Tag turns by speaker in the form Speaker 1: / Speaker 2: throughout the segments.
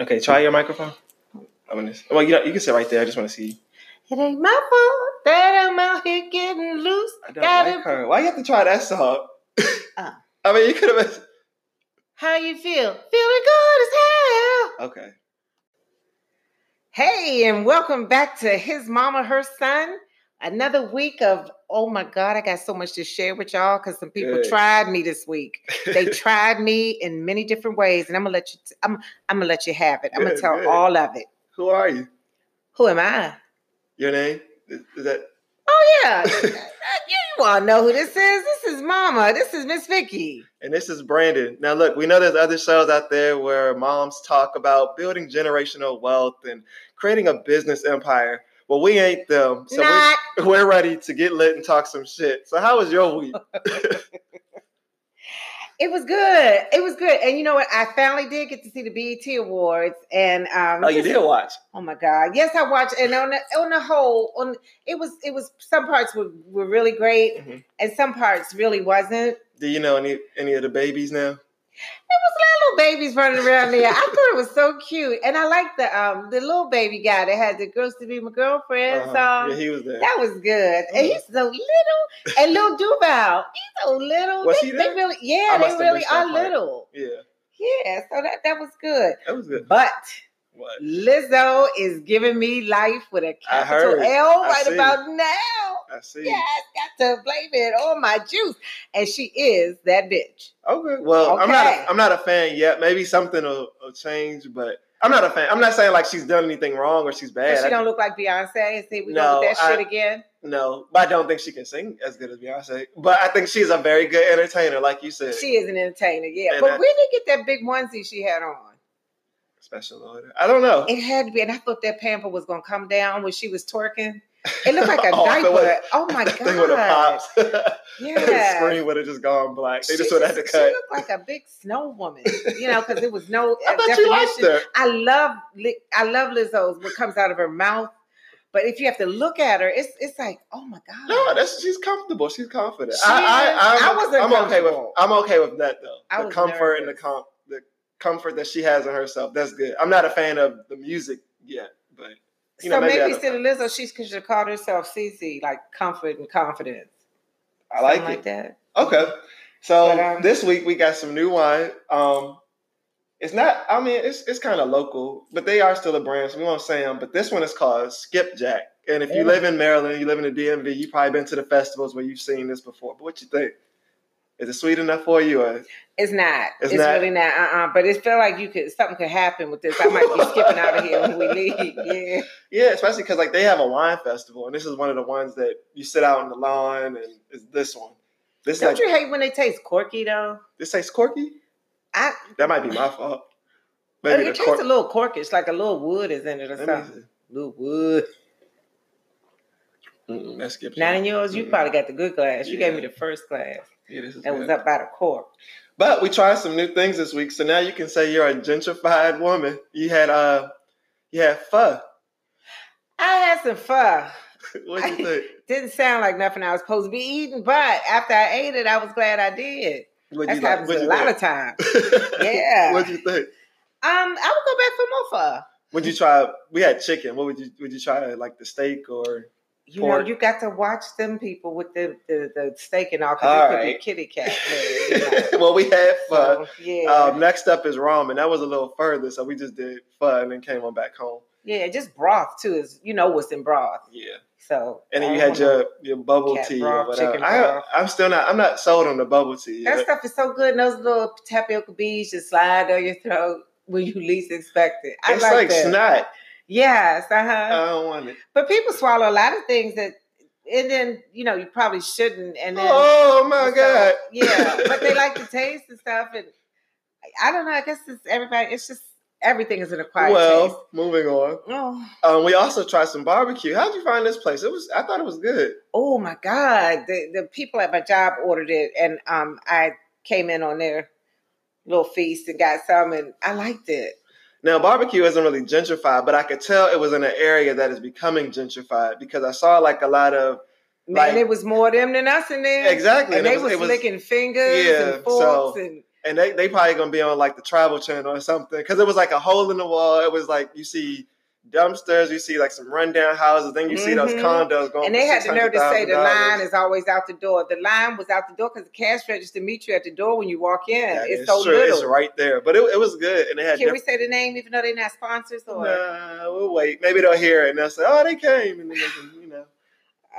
Speaker 1: Okay, try your microphone. I want to. Well, you know, you can sit right there. I just want to see.
Speaker 2: It ain't my fault that I'm out here getting loose.
Speaker 1: I don't
Speaker 2: Gotta-
Speaker 1: like her. Why you have to try that song?
Speaker 2: Oh.
Speaker 1: I mean, you could have.
Speaker 2: How you feel? Feeling good as hell.
Speaker 1: Okay.
Speaker 2: Hey, and welcome back to His Mama, Her Son. Another week of, oh my God, I got so much to share with y'all because some people
Speaker 1: Good.
Speaker 2: tried me this week. They tried me in many different ways, and I'm gonna let you. T- I'm I'm gonna let you have it. I'm gonna
Speaker 1: Good,
Speaker 2: tell
Speaker 1: good.
Speaker 2: all of it.
Speaker 1: Who are you?
Speaker 2: Who am I?
Speaker 1: Your name? Is is that?
Speaker 2: Oh yeah, you all know who this is. This is Mama. This is Miss Vicky.
Speaker 1: And this is Brandon. Now, look, we know there's other shows out there where moms talk about building generational wealth and creating a business empire. Well, we ain't them. So
Speaker 2: Not
Speaker 1: we, we're ready to get lit and talk some shit. So, how was your week?
Speaker 2: It was good. It was good. And you know what? I finally did get to see the BET Awards, and um,
Speaker 1: Oh, you
Speaker 2: just-
Speaker 1: did watch.
Speaker 2: Oh my God! Yes, I watched, and on the on the whole, on it was it was some parts were, were really great,
Speaker 1: Mhm.
Speaker 2: and some parts really wasn't.
Speaker 1: Do you know any any of the babies now?
Speaker 2: It was little babies running around there. I thought it was so cute, and I liked the um the little baby guy that had the girls to be my girlfriend
Speaker 1: Uh-huh.
Speaker 2: song.
Speaker 1: Yeah, he Mm-hmm. was there.
Speaker 2: that was good, and he's so little, and little Duval, he's so little.
Speaker 1: Was
Speaker 2: they,
Speaker 1: he
Speaker 2: they
Speaker 1: there?
Speaker 2: really,
Speaker 1: I
Speaker 2: yeah,
Speaker 1: must
Speaker 2: they
Speaker 1: have
Speaker 2: really
Speaker 1: missed that
Speaker 2: are
Speaker 1: part.
Speaker 2: little.
Speaker 1: Yeah,
Speaker 2: Yeah, so that that was good,
Speaker 1: that was good.
Speaker 2: but.
Speaker 1: What?
Speaker 2: Lizzo is giving me life with a
Speaker 1: I
Speaker 2: capital
Speaker 1: heard.
Speaker 2: L
Speaker 1: I
Speaker 2: right
Speaker 1: see.
Speaker 2: about now.
Speaker 1: I see.
Speaker 2: Yes, got to blame it on my juice. And she is that bitch.
Speaker 1: Okay. Well, I'm not.
Speaker 2: Okay.
Speaker 1: A, I'm not a fan yet. Maybe something will, will change, but I'm not a fan. I'm not saying like she's done anything wrong or she's
Speaker 2: But
Speaker 1: bad.
Speaker 2: she
Speaker 1: I-
Speaker 2: don't look like Beyonce. See, we
Speaker 1: No,
Speaker 2: go with that
Speaker 1: I-
Speaker 2: shit again.
Speaker 1: no, but I don't think she can sing as good as Beyonce. But I think she's a very good entertainer, like you said.
Speaker 2: She is an entertainer, yeah.
Speaker 1: And
Speaker 2: But
Speaker 1: I-
Speaker 2: where did you get that big onesie she had on?
Speaker 1: Special order. I don't know.
Speaker 2: It had to be, and I thought that pamper was gonna come down when she was twerking. It looked like a
Speaker 1: Oh, if it
Speaker 2: diaper.
Speaker 1: was-
Speaker 2: oh my
Speaker 1: that thing would have
Speaker 2: god!
Speaker 1: popped. The
Speaker 2: Yeah,
Speaker 1: screen would have just gone black. They
Speaker 2: She
Speaker 1: just would have had to
Speaker 2: just-
Speaker 1: cut.
Speaker 2: She looked like a big snow woman, you know, because it was no
Speaker 1: I
Speaker 2: uh,
Speaker 1: thought
Speaker 2: definition.
Speaker 1: you liked her.
Speaker 2: I love Li- I love Lizzo's what comes out of her mouth, but if you have to look at her, it's it's like oh my god.
Speaker 1: No, that's she's comfortable. She's confident.
Speaker 2: She
Speaker 1: I,
Speaker 2: is.
Speaker 1: I,
Speaker 2: I
Speaker 1: I'm,
Speaker 2: wasn't
Speaker 1: I'm okay with
Speaker 2: comfortable.
Speaker 1: I'm okay with that though.
Speaker 2: I
Speaker 1: the
Speaker 2: was
Speaker 1: comfort and the
Speaker 2: nervous.
Speaker 1: com the comfort that she has in herself. That's good. I'm not a fan of the music yet, but you know,
Speaker 2: so
Speaker 1: maybe I
Speaker 2: maybe
Speaker 1: don't
Speaker 2: instead of Lizzo, she's because she called herself CC, like comfort and confidence.
Speaker 1: I like
Speaker 2: Something
Speaker 1: it.
Speaker 2: like that.
Speaker 1: Okay. So
Speaker 2: But, um,
Speaker 1: this week we got some new wine. Um, it's not. I mean, it's it's kind of local, but they are still a brand, so we won't say them. But this one is called Skipjack. And if you
Speaker 2: Yeah.
Speaker 1: live in Maryland, you live in the DMV, you've probably been to the festivals where you've seen this before. But what you think? Is it sweet enough for you? Or
Speaker 2: It's not.
Speaker 1: It's
Speaker 2: It's,
Speaker 1: not?
Speaker 2: really not. Uh uh But it felt like you could something could happen with this. I might be skipping out of here when we leave. Yeah.
Speaker 1: Yeah, especially because like they have a wine festival, and this is one of the ones that you sit out on the lawn, and it's this one. This
Speaker 2: Don't
Speaker 1: like
Speaker 2: you hate when they taste corky though?
Speaker 1: this tastes corky.
Speaker 2: I
Speaker 1: That might be my fault.
Speaker 2: it
Speaker 1: Maybe the
Speaker 2: tastes
Speaker 1: cork.
Speaker 2: a little corkish, like a little wood is in it or
Speaker 1: Let me
Speaker 2: something. Little wood.
Speaker 1: see. Mm-mm, That skips.
Speaker 2: Not in yours. You
Speaker 1: Mm-mm.
Speaker 2: probably got the good glass. You
Speaker 1: Yeah.
Speaker 2: gave me the first glass
Speaker 1: Yeah, this is
Speaker 2: that was
Speaker 1: good.
Speaker 2: up by the cork.
Speaker 1: But we tried some new things this week, so now you can say you're a gentrified woman. You had uh, you had pho.
Speaker 2: I had some fun.
Speaker 1: What do you think?
Speaker 2: Didn't sound like nothing I was supposed to be eating, but after I ate it, I was glad I did.
Speaker 1: What
Speaker 2: That's
Speaker 1: you like?
Speaker 2: happened
Speaker 1: What
Speaker 2: a
Speaker 1: you
Speaker 2: lot
Speaker 1: think?
Speaker 2: of times. Yeah.
Speaker 1: What you think?
Speaker 2: Um, I would go back for more pho.
Speaker 1: Would you try? We had chicken. What would you? Would you try like the steak or?
Speaker 2: You
Speaker 1: Pork.
Speaker 2: know, you got to watch them people with the the, the steak and all
Speaker 1: All
Speaker 2: because it could
Speaker 1: right.
Speaker 2: be kitty cat. man, you know.
Speaker 1: well, we had pho.
Speaker 2: So, yeah,
Speaker 1: Um, next up is ramen. That was a little further, so we just did pho and then came on back home.
Speaker 2: yeah, just broth too is you know what's in broth.
Speaker 1: Yeah.
Speaker 2: So
Speaker 1: And then
Speaker 2: I
Speaker 1: you
Speaker 2: don't
Speaker 1: had
Speaker 2: know.
Speaker 1: your, your bubble
Speaker 2: Cat
Speaker 1: tea or
Speaker 2: broth,
Speaker 1: whatever.
Speaker 2: chicken
Speaker 1: I,
Speaker 2: broth.
Speaker 1: I'm still not. I'm not sold on the bubble tea.
Speaker 2: that
Speaker 1: yet.
Speaker 2: stuff is so good. And those little tapioca beads just slide down your throat when you least expect it. I
Speaker 1: it's
Speaker 2: like,
Speaker 1: like,
Speaker 2: that.
Speaker 1: snot.
Speaker 2: Yes, uh huh.
Speaker 1: I don't want it.
Speaker 2: But people swallow a lot of things that, and then you know you probably shouldn't. And then
Speaker 1: Oh my
Speaker 2: so,
Speaker 1: god.
Speaker 2: yeah. But they like the taste and stuff, and I don't know. I guess it's everybody. It's just everything is an acquired
Speaker 1: Well,
Speaker 2: taste.
Speaker 1: moving on.
Speaker 2: Oh,
Speaker 1: Um, we also tried some barbecue. How'd you find this place? It was. I thought it was good.
Speaker 2: oh my God! The the people at my job ordered it, and um, I came in on their little feast and got some, and I liked it.
Speaker 1: Now, barbecue isn't really gentrified, but I could tell it was in an area that is becoming gentrified because I saw like a lot of
Speaker 2: Man,
Speaker 1: Like-
Speaker 2: it was more of them than us in there.
Speaker 1: exactly.
Speaker 2: And, they
Speaker 1: it
Speaker 2: was,
Speaker 1: it
Speaker 2: licking fingers
Speaker 1: Yeah,
Speaker 2: and forks
Speaker 1: so-
Speaker 2: and
Speaker 1: and they, they probably gonna be on like the travel channel or something because it was like a hole in the wall. It was like you see dumpsters, you see like some rundown houses, then you see those
Speaker 2: Mhm.
Speaker 1: condos going.
Speaker 2: And they
Speaker 1: for
Speaker 2: had the nerve to say the
Speaker 1: $600,000.
Speaker 2: line is always out the door. The line was out the door because the cash register meet you at the door when you walk in.
Speaker 1: Yeah,
Speaker 2: it's, so
Speaker 1: true.
Speaker 2: little.
Speaker 1: It's right there, but it, it was good, and they had
Speaker 2: Can we
Speaker 1: different.
Speaker 2: say the name even though they're not sponsors or?
Speaker 1: Nah, we'll wait. Maybe they'll hear it and they'll say, "Oh, they came," and then they can, you know,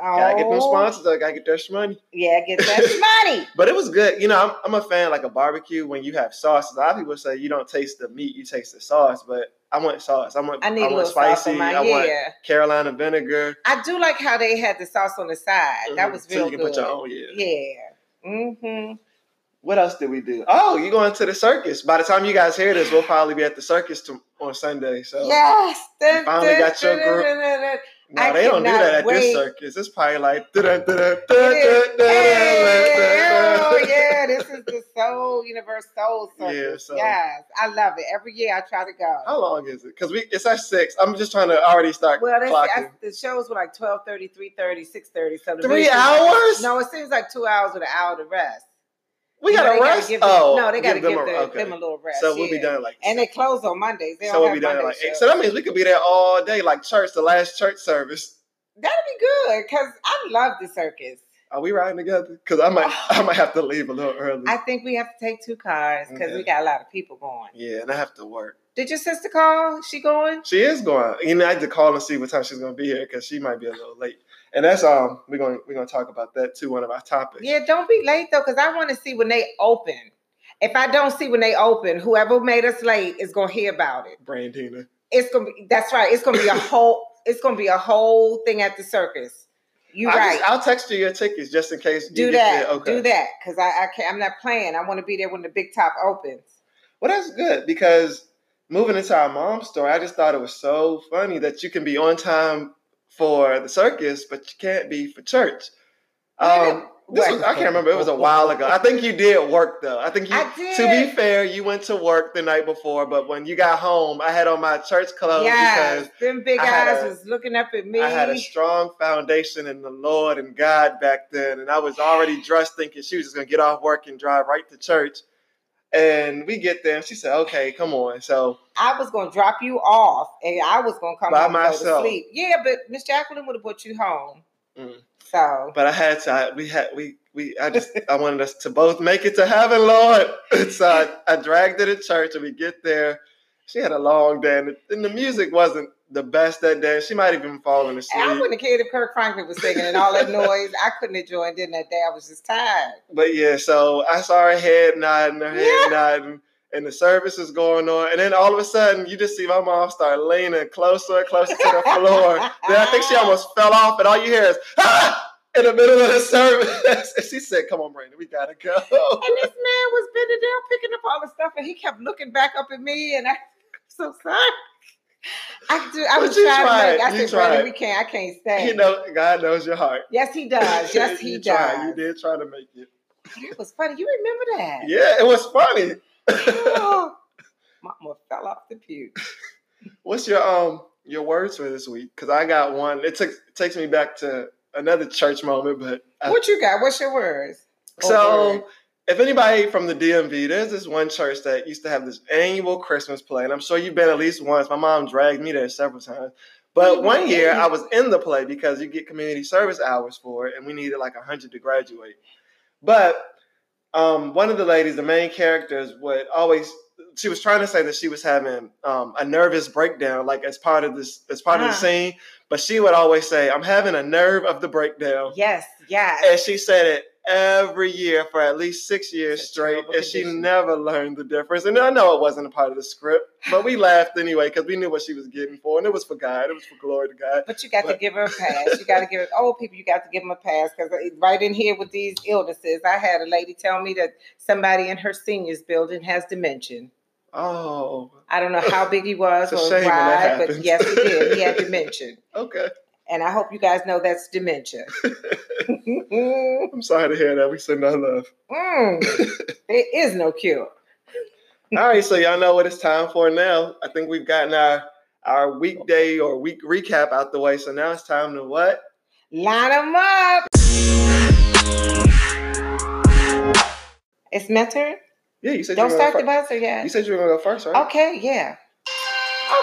Speaker 1: gotta get them
Speaker 2: Oh,
Speaker 1: sponsors. I gotta get their money.
Speaker 2: Yeah, get that money.
Speaker 1: But it was good. You know, I'm, I'm a fan like a barbecue when you have sauces. A lot of people say you don't taste the meat, you taste the sauce. But I want sauce. I want
Speaker 2: I need
Speaker 1: I
Speaker 2: a
Speaker 1: want
Speaker 2: little
Speaker 1: spicy.
Speaker 2: sauce on my
Speaker 1: I want
Speaker 2: yeah.
Speaker 1: Carolina vinegar.
Speaker 2: I do like how they had the sauce on the side. That was
Speaker 1: Mhm.
Speaker 2: real
Speaker 1: so you can
Speaker 2: good.
Speaker 1: put your own. Yeah.
Speaker 2: Yeah. Mm-hmm.
Speaker 1: What else did we do? Oh, you going to the circus? By the time you guys hear this, we'll probably be at the circus to, on Sunday. So
Speaker 2: yes. Dun,
Speaker 1: finally got your group. no,
Speaker 2: I
Speaker 1: they don't do
Speaker 2: cannot
Speaker 1: that at
Speaker 2: wait.
Speaker 1: this circus. It's probably like. dun, dun, dun, dun,
Speaker 2: It is.
Speaker 1: dun, dun, dun,
Speaker 2: Oh
Speaker 1: dun, dun.
Speaker 2: yeah, this is the Soul Universe Soul Circus.
Speaker 1: Yeah, so- Oh,
Speaker 2: Yes, I love it. Every year I try to go.
Speaker 1: How long is it? Because we it's at six. I'm just trying to already start
Speaker 2: Well, they
Speaker 1: clocking.
Speaker 2: I, the shows were like 12.30, 3.30, 6.30. So the
Speaker 1: Three
Speaker 2: meeting-
Speaker 1: hours?
Speaker 2: No, it seems like two hours with an hour to rest.
Speaker 1: We
Speaker 2: You
Speaker 1: got
Speaker 2: know,
Speaker 1: to
Speaker 2: they gotta
Speaker 1: rest.
Speaker 2: give them-
Speaker 1: oh,
Speaker 2: no, they got to give, them,
Speaker 1: a- okay.
Speaker 2: them a little rest.
Speaker 1: So we'll be
Speaker 2: yeah.
Speaker 1: done at like.
Speaker 2: And they close on Mondays. They
Speaker 1: so
Speaker 2: don't
Speaker 1: we'll
Speaker 2: have
Speaker 1: be done at
Speaker 2: Monday
Speaker 1: like eight.
Speaker 2: shows.
Speaker 1: So that means we could be there all day, like church, the last church service.
Speaker 2: That'll be good because I love the circus.
Speaker 1: Are we riding together? Because I might, I might have to leave a little early.
Speaker 2: I think we have to take two cars because
Speaker 1: Okay.
Speaker 2: we got a lot of people going.
Speaker 1: yeah, and I have to work.
Speaker 2: Did your sister call? She going?
Speaker 1: She is going. You know, I had to call and see what time she's going to be here because she might be a little late. And that's um, we're going we're going to talk about that too. One of our topics.
Speaker 2: Yeah, don't be late though, because I want to see when they open. If I don't see when they open, whoever made us late is gonna hear about it.
Speaker 1: Brandina.
Speaker 2: It's gonna be that's right. It's gonna be a whole it's gonna be a whole thing at the circus. You
Speaker 1: I'll
Speaker 2: right.
Speaker 1: just- I'll text you your tickets just in case.
Speaker 2: do
Speaker 1: you
Speaker 2: that.
Speaker 1: Get there. Okay.
Speaker 2: Do that. Cause I, I can't I'm not playing. I wanna be there when the big top opens.
Speaker 1: Well, that's good because moving into our mom's story, I just thought it was so funny that you can be on time for the circus, but you can't be for church. Um, this was, I can't remember. It was a while ago. I think you did work though. I think you.
Speaker 2: I did
Speaker 1: To be fair, you went to work the night before, but when you got home, I had on my church clothes
Speaker 2: yes, them big
Speaker 1: uh, I had
Speaker 2: eyes
Speaker 1: a-
Speaker 2: was looking up at me.
Speaker 1: because I had a strong foundation in the Lord and God back then, and I was already dressed thinking she was just gonna get off work and drive right to church. And we get there, and she said, "Okay, come on." So
Speaker 2: I was gonna drop you off, and I was gonna come
Speaker 1: By
Speaker 2: home and go to
Speaker 1: myself.
Speaker 2: sleep. Yeah, but Miss Jacqueline would have brought you home.
Speaker 1: Mm.
Speaker 2: So
Speaker 1: But I had to. I, we had we we. I just I wanted us to both make it to heaven, Lord. So I, I dragged her to church, and we get there. She had a long day, and, and the music wasn't the best that day. She might have even fallen
Speaker 2: and I
Speaker 1: asleep.
Speaker 2: wouldn't have cared if Kirk Franklin was singing and all that noise. I couldn't have joined in that day. I was just tired.
Speaker 1: But yeah, so I saw her head nodding, her head nodding, and the service is going on. And then all of a sudden, you just see my mom start leaning closer and closer to the floor. then I think she almost fell off, and all you hear is ah! in the middle of the service. and she said, "Come on, Brandon, we gotta go."
Speaker 2: And this man was bending down picking up all the stuff, and he kept looking back up at me, and I, I'm so sorry. I, do, I
Speaker 1: But
Speaker 2: was
Speaker 1: you
Speaker 2: trying to make.
Speaker 1: tried.
Speaker 2: I
Speaker 1: You
Speaker 2: said, "Brandon,
Speaker 1: tried.
Speaker 2: we can't. I can't stay."
Speaker 1: You know, God knows your heart.
Speaker 2: yes, he does. Yes, he
Speaker 1: you
Speaker 2: does.
Speaker 1: tried. You did try to make it.
Speaker 2: That was funny. You remember that?
Speaker 1: Yeah, it was funny.
Speaker 2: Oh, Mama fell off the pew.
Speaker 1: What's your um your words for this week? Because I got one. It took it takes me back to another church moment, but I,
Speaker 2: What you got? What's your words? Or
Speaker 1: so.
Speaker 2: word?
Speaker 1: If anybody from the DMV, there's this one church that used to have this annual Christmas play, and I'm sure you've been at least once. My mom dragged me there several times. But one year I was in the play because you get community service hours for it, and we needed like 100 to graduate. But um, one of the ladies, the main characters, would always she was trying to say that she was having um, a nervous breakdown, like as part of this as part of the
Speaker 2: Uh-huh.
Speaker 1: scene. But she would always say, "I'm having a nerve of the breakdown,"
Speaker 2: yes, yes.
Speaker 1: and she said it every year for at least six years
Speaker 2: It's a
Speaker 1: straight,
Speaker 2: terrible
Speaker 1: and she
Speaker 2: condition.
Speaker 1: never learned the difference. And I know it wasn't a part of the script, but we laughed anyway because we knew what she was getting for, and it was for God, it was for glory to God.
Speaker 2: But you got to
Speaker 1: But-
Speaker 2: give her a pass. You got to give it old people. You got to give them a pass because right in here with these illnesses, I had a lady tell me that somebody in her seniors building has dementia.
Speaker 1: Oh,
Speaker 2: I don't know how big he was
Speaker 1: It's a
Speaker 2: or
Speaker 1: shame when
Speaker 2: why,
Speaker 1: that
Speaker 2: but
Speaker 1: happens.
Speaker 2: yes, he did. He had dementia,
Speaker 1: okay.
Speaker 2: and I hope you guys know that's dementia. Mm,
Speaker 1: I'm sorry to hear that. We send our love.
Speaker 2: there is no cure.
Speaker 1: All right, so y'all know what it's time for now. I think we've gotten our our weekday or week recap out the way. So now it's time to what?
Speaker 2: Line them up. It's my turn.
Speaker 1: Yeah, you said
Speaker 2: Don't
Speaker 1: you were gonna
Speaker 2: start the
Speaker 1: go
Speaker 2: buzzer
Speaker 1: first.
Speaker 2: yet.
Speaker 1: You said you were gonna go first, right?
Speaker 2: Okay, yeah.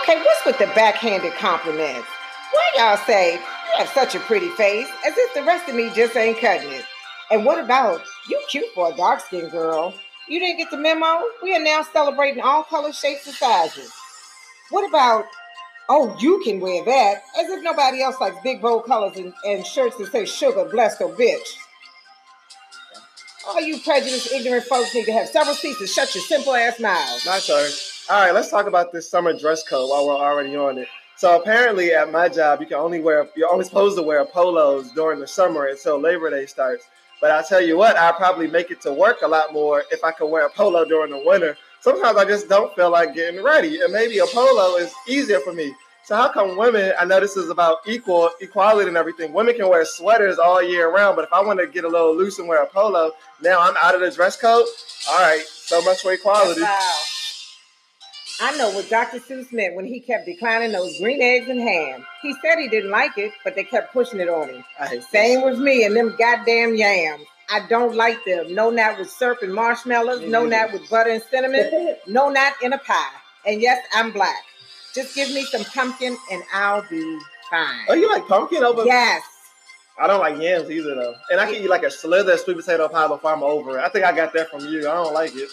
Speaker 2: Okay, what's with the backhanded compliments? Why y'all say, you have such a pretty face, as if the rest of me just ain't cutting it. And what about, you cute for a dark skinned girl. You didn't get the memo? We are now celebrating all colors, shapes, and sizes. What about, oh, you can wear that, as if nobody else likes big, bold colors and, and shirts that say sugar, blessed, or bitch. All you prejudiced, ignorant folks need to have several seats and shut your simple ass mouths.
Speaker 1: My turn. All right, let's talk about this summer dress code while we're already on it. So apparently, at my job, you can only wear you're only supposed to wear polos during the summer until Labor Day starts. But I tell you what, I probably make it to work a lot more if I could wear a polo during the winter. Sometimes I just don't feel like getting ready, and maybe a polo is easier for me. So how come women? I know this is about equal equality and everything. Women can wear sweaters all year round, but if I want to get a little loose and wear a polo, now I'm out of the dress code. All right, so much for equality.
Speaker 2: Wow. I know what Dr. Seuss meant when he kept declining those green eggs and ham. He said he didn't like it, but they kept pushing it on him.
Speaker 1: I hate this.
Speaker 2: Same with me and them goddamn yams. I don't like them. No, not with syrup and marshmallows.
Speaker 1: Me
Speaker 2: No,
Speaker 1: neither.
Speaker 2: not with butter and cinnamon. No, not in a pie. And yes, I'm black. Just give me some pumpkin and I'll be fine.
Speaker 1: Oh, you like pumpkin over?
Speaker 2: yes.
Speaker 1: I don't like yams either though. And I can eat like a slither of sweet potato pie before I'm over it. I think I got that from you. I don't like it.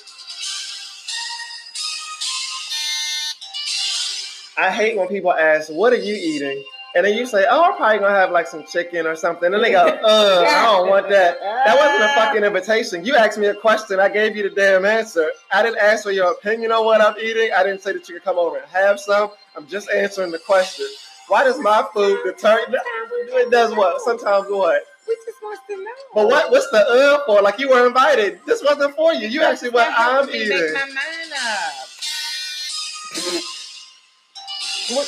Speaker 1: I hate when people ask, "What are you eating?" And then you say, "Oh, I'm probably gonna have like some chicken or something." And they go, "Uh, I don't want that." That wasn't a fucking invitation. You asked me a question. I gave you the damn answer. I didn't ask for your opinion on what I'm eating. I didn't say that you could come over and have some. I'm just answering the question. Why does my food deter? It does what? Sometimes what?
Speaker 2: We just want to know.
Speaker 1: But what? What's the uh for? Like you were invited. This wasn't for you. You actually what
Speaker 2: Stop
Speaker 1: I'm
Speaker 2: helping me make
Speaker 1: eating.
Speaker 2: my mind up. When-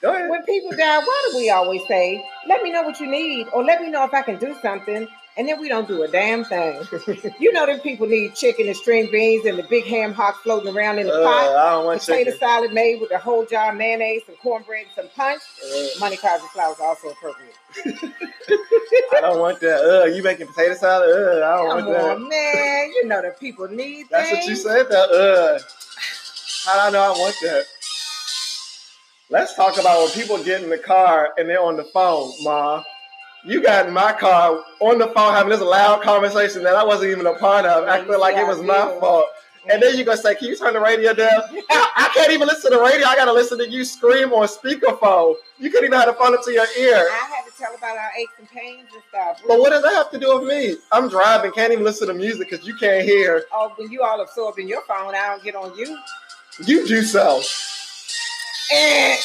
Speaker 1: Go ahead.
Speaker 2: When people die, why do we always say, "Let me know what you need," or "Let me know if I can do something," and then we don't do a damn thing? you know, them people need chicken and string beans and the big ham hock floating around in the
Speaker 1: Uh,
Speaker 2: pot,
Speaker 1: I don't want
Speaker 2: potato
Speaker 1: chicken.
Speaker 2: salad made with a whole jar of mayonnaise, some cornbread, and some punch.
Speaker 1: Uh,
Speaker 2: Money, cars, and flowers are also appropriate.
Speaker 1: I don't want that. Uh, you making potato salad? Uh, I don't
Speaker 2: Come
Speaker 1: want that.
Speaker 2: on, man! You know that people need
Speaker 1: That's what
Speaker 2: things.
Speaker 1: you said. That uh, how do I know I want that? Let's talk about when people get in the car and they're on the phone, Ma. You got in my car on the phone having this loud conversation that I wasn't even a part of. I feel like it was my fault. And then you gonna say, "Can you turn the radio down?" I can't even listen to the radio. I gotta listen to you scream on speakerphone. You couldn't even have the phone up to your ear.
Speaker 2: I had to tell about our aches and pains and stuff.
Speaker 1: But what does that have to do with me? I'm driving, can't even listen to music because you can't hear.
Speaker 2: Oh, when you all absorbed in your phone, I don't get on you.
Speaker 1: You do so.
Speaker 2: Eh.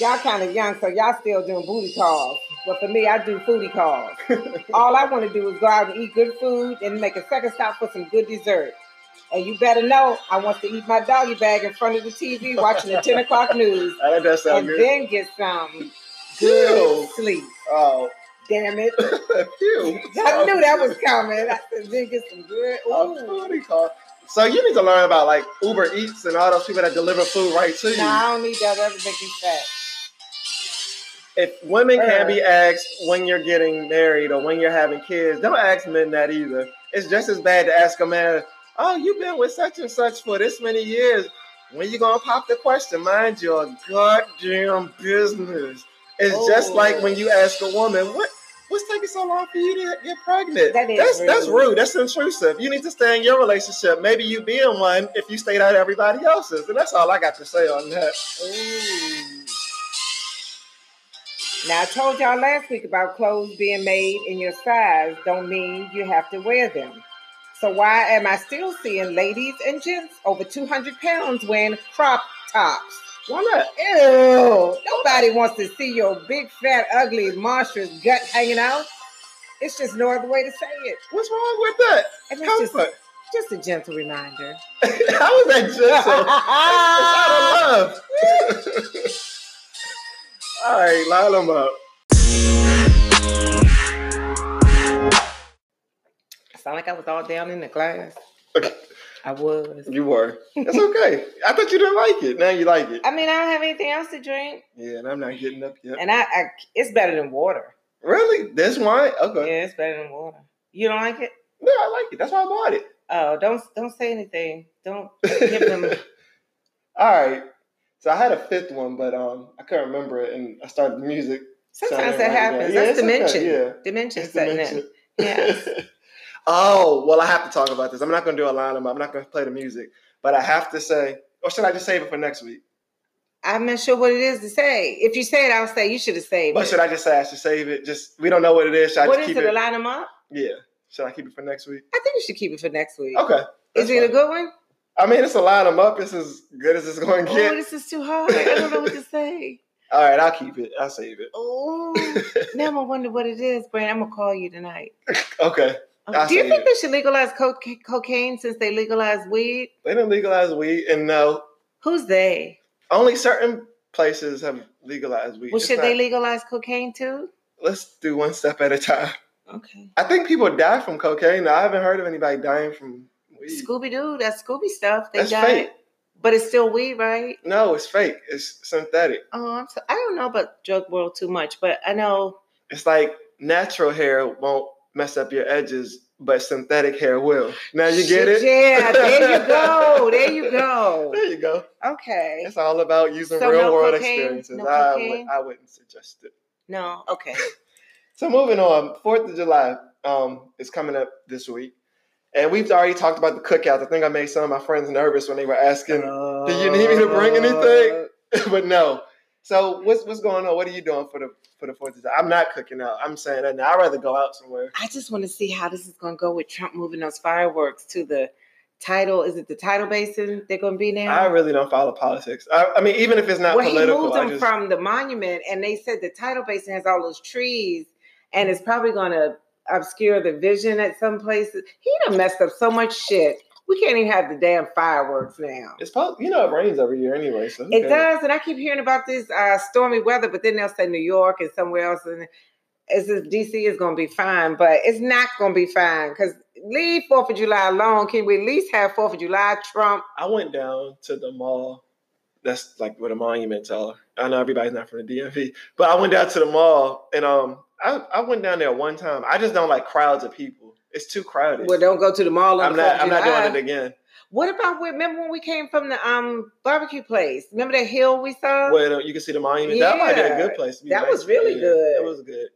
Speaker 2: Y'all kind of young, so y'all still doing booty calls. But for me, I do foodie calls. all I want to do is go out and eat good food and make a second stop for some good dessert. And you better know, I want to eat my doggy bag in front of the TV watching the 10 o'clock news
Speaker 1: That does sound
Speaker 2: and
Speaker 1: good.
Speaker 2: then get some
Speaker 1: Ew.
Speaker 2: good sleep.
Speaker 1: Oh,
Speaker 2: Damn it.
Speaker 1: Ew.
Speaker 2: I knew that was coming. I said, then get some good.
Speaker 1: Oh,
Speaker 2: Ooh.
Speaker 1: what do you call it? So you need to learn about like Uber Eats and all those people that deliver food right to you.
Speaker 2: Nah, I don't need that. That'll make me fat.
Speaker 1: If women can be asked when you're getting married or when you're having kids, don't ask men that either. It's just as bad to ask a man, "Oh, you've been with such and such for this many years. When you gonna pop the question? Mind your goddamn business." It's just
Speaker 2: Oh.
Speaker 1: like when you ask a woman, "What?" What's taking so long for you to get pregnant?
Speaker 2: That is
Speaker 1: that's that's
Speaker 2: rude.
Speaker 1: rude. That's intrusive. You need to stay in your relationship. Maybe you be in one if you stayed out of everybody else's. And that's all I got to say on that.
Speaker 2: Ooh. Now I told y'all last week about clothes being made in your size don't mean you have to wear them. So why am I still seeing ladies and gents over 200 pounds wearing crop tops?
Speaker 1: Why not?
Speaker 2: Ew! Nobody wants to see your big, fat, ugly, monstrous gut hanging out. It's just no other way to say it.
Speaker 1: What's wrong with that?
Speaker 2: And that's just,
Speaker 1: Comfort.
Speaker 2: just a gentle reminder.
Speaker 1: How is that gentle? It's out of love. All right, line them up.
Speaker 2: I sound like I was all down in the glass.
Speaker 1: Okay.
Speaker 2: I was.
Speaker 1: You were. It's okay. I thought you didn't like it. Now you like it.
Speaker 2: I mean, I don't have anything else to drink,
Speaker 1: Yeah, and I'm not getting up yet.
Speaker 2: and I, I it's better than water.
Speaker 1: Really? This wine? Okay.
Speaker 2: Yeah, it's better than water. You don't like it?
Speaker 1: No, I like it. That's why I bought it.
Speaker 2: Oh, don't don't say anything. Don't give them.
Speaker 1: All right. So I had a fifth one, but um, I couldn't remember it, and I started the music.
Speaker 2: Sometimes
Speaker 1: sounding
Speaker 2: that
Speaker 1: right again.
Speaker 2: happens.
Speaker 1: Yeah, it's
Speaker 2: That's
Speaker 1: okay,
Speaker 2: dimension.
Speaker 1: Yeah.
Speaker 2: Dimension
Speaker 1: It's
Speaker 2: setting
Speaker 1: dementia.
Speaker 2: in. Yes.
Speaker 1: oh, well, I have to talk about this. I'm not going to do a line I'm not going to play the music, but I have to say, or should I just save it for next week?
Speaker 2: I'm not sure what it is to say. If you say it, I'll say you should have saved
Speaker 1: But
Speaker 2: it.
Speaker 1: should I just say I should save it? Just we don't know what it is. Should I
Speaker 2: what
Speaker 1: just
Speaker 2: is
Speaker 1: keep
Speaker 2: it?
Speaker 1: it?
Speaker 2: To line them up?
Speaker 1: Yeah. Should I keep it for next week?
Speaker 2: I think you should keep it for next week.
Speaker 1: Okay.
Speaker 2: is
Speaker 1: that's
Speaker 2: it a
Speaker 1: fine.
Speaker 2: good one?
Speaker 1: I mean, it's a line them up. It's as good as it's going to
Speaker 2: Oh,
Speaker 1: get.
Speaker 2: this is too hard. I don't know what to say.
Speaker 1: All right, I'll keep it. I'll save it.
Speaker 2: Oh, now I'm gonna wonder what it is, Brand. I'm gonna call you tonight.
Speaker 1: Okay.
Speaker 2: Oh,
Speaker 1: I'll
Speaker 2: Do you
Speaker 1: save
Speaker 2: think
Speaker 1: it.
Speaker 2: they should legalize co- cocaine since they legalized weed?
Speaker 1: They didn't legalize weed, and no,
Speaker 2: Who's they?
Speaker 1: only certain places have legalized weed.
Speaker 2: Well,
Speaker 1: It's
Speaker 2: should they
Speaker 1: not-
Speaker 2: legalize cocaine too?
Speaker 1: Let's do one step at a time.
Speaker 2: Okay.
Speaker 1: I think people die from cocaine. Now, I haven't heard of anybody dying from weed.
Speaker 2: Scooby Doo, that's Scooby stuff. They
Speaker 1: That's
Speaker 2: got
Speaker 1: fake.
Speaker 2: it, but it's still weed, right?
Speaker 1: No, it's fake. It's synthetic.
Speaker 2: Oh, I'm so, I don't know about drug world too much, but I know.
Speaker 1: It's like natural hair won't mess up your edges, but synthetic hair will. Now you get
Speaker 2: Shit,
Speaker 1: it.
Speaker 2: Yeah, there you go. There you go.
Speaker 1: There you go.
Speaker 2: Okay.
Speaker 1: It's all about using
Speaker 2: So
Speaker 1: real
Speaker 2: no
Speaker 1: world
Speaker 2: cocaine?
Speaker 1: experiences.
Speaker 2: No
Speaker 1: I,
Speaker 2: cocaine?
Speaker 1: would, I wouldn't suggest it.
Speaker 2: No. Okay.
Speaker 1: So moving on, Fourth of July um, is coming up this week, and we've already talked about the cookouts. I think I made some of my friends nervous when they were asking,
Speaker 2: Do
Speaker 1: you need me to bring anything?
Speaker 2: Uh-huh.
Speaker 1: but no. So what's what's going on? What are you doing for the for the Fourth of July? I'm not cooking out. I'm saying that now. I'd rather go out somewhere.
Speaker 2: I just want to see how this is going to go with Trump moving those fireworks to the title. Is it the title basin they're going to be now?
Speaker 1: I really don't follow politics. I, I mean, even if it's not
Speaker 2: well,
Speaker 1: political,
Speaker 2: he moved
Speaker 1: I
Speaker 2: them
Speaker 1: just-
Speaker 2: from the monument, and they said the tidal basin has all those trees, and it's probably going to obscure the vision at some places. He done messed up so much shit. We can't even have the damn fireworks now.
Speaker 1: it's probably you know it rains every year anyway. So who
Speaker 2: It
Speaker 1: cares?
Speaker 2: does, and I keep hearing about this uh, stormy weather, but then they'll say New York and somewhere else, and it's just DC is going to be fine, but it's not going to be fine because leave Fourth of July alone. Can we at least have Fourth of July Trump?
Speaker 1: I went down to the mall. That's like where the monuments are. I know everybody's not from the DMV, but I went down to the mall and um, I, I went down there one time. I just don't like crowds of people. It's too crowded.
Speaker 2: Well, don't go to the mall. On
Speaker 1: I'm
Speaker 2: the
Speaker 1: not.
Speaker 2: 4th
Speaker 1: I'm
Speaker 2: of
Speaker 1: not
Speaker 2: July.
Speaker 1: doing it again.
Speaker 2: What about when, remember when we came from the um barbecue place? Remember that hill we saw?
Speaker 1: Where you can see the monument. That might be a good
Speaker 2: Yeah.
Speaker 1: place. to be
Speaker 2: That
Speaker 1: nice.
Speaker 2: was really
Speaker 1: Yeah,
Speaker 2: good.
Speaker 1: It was good.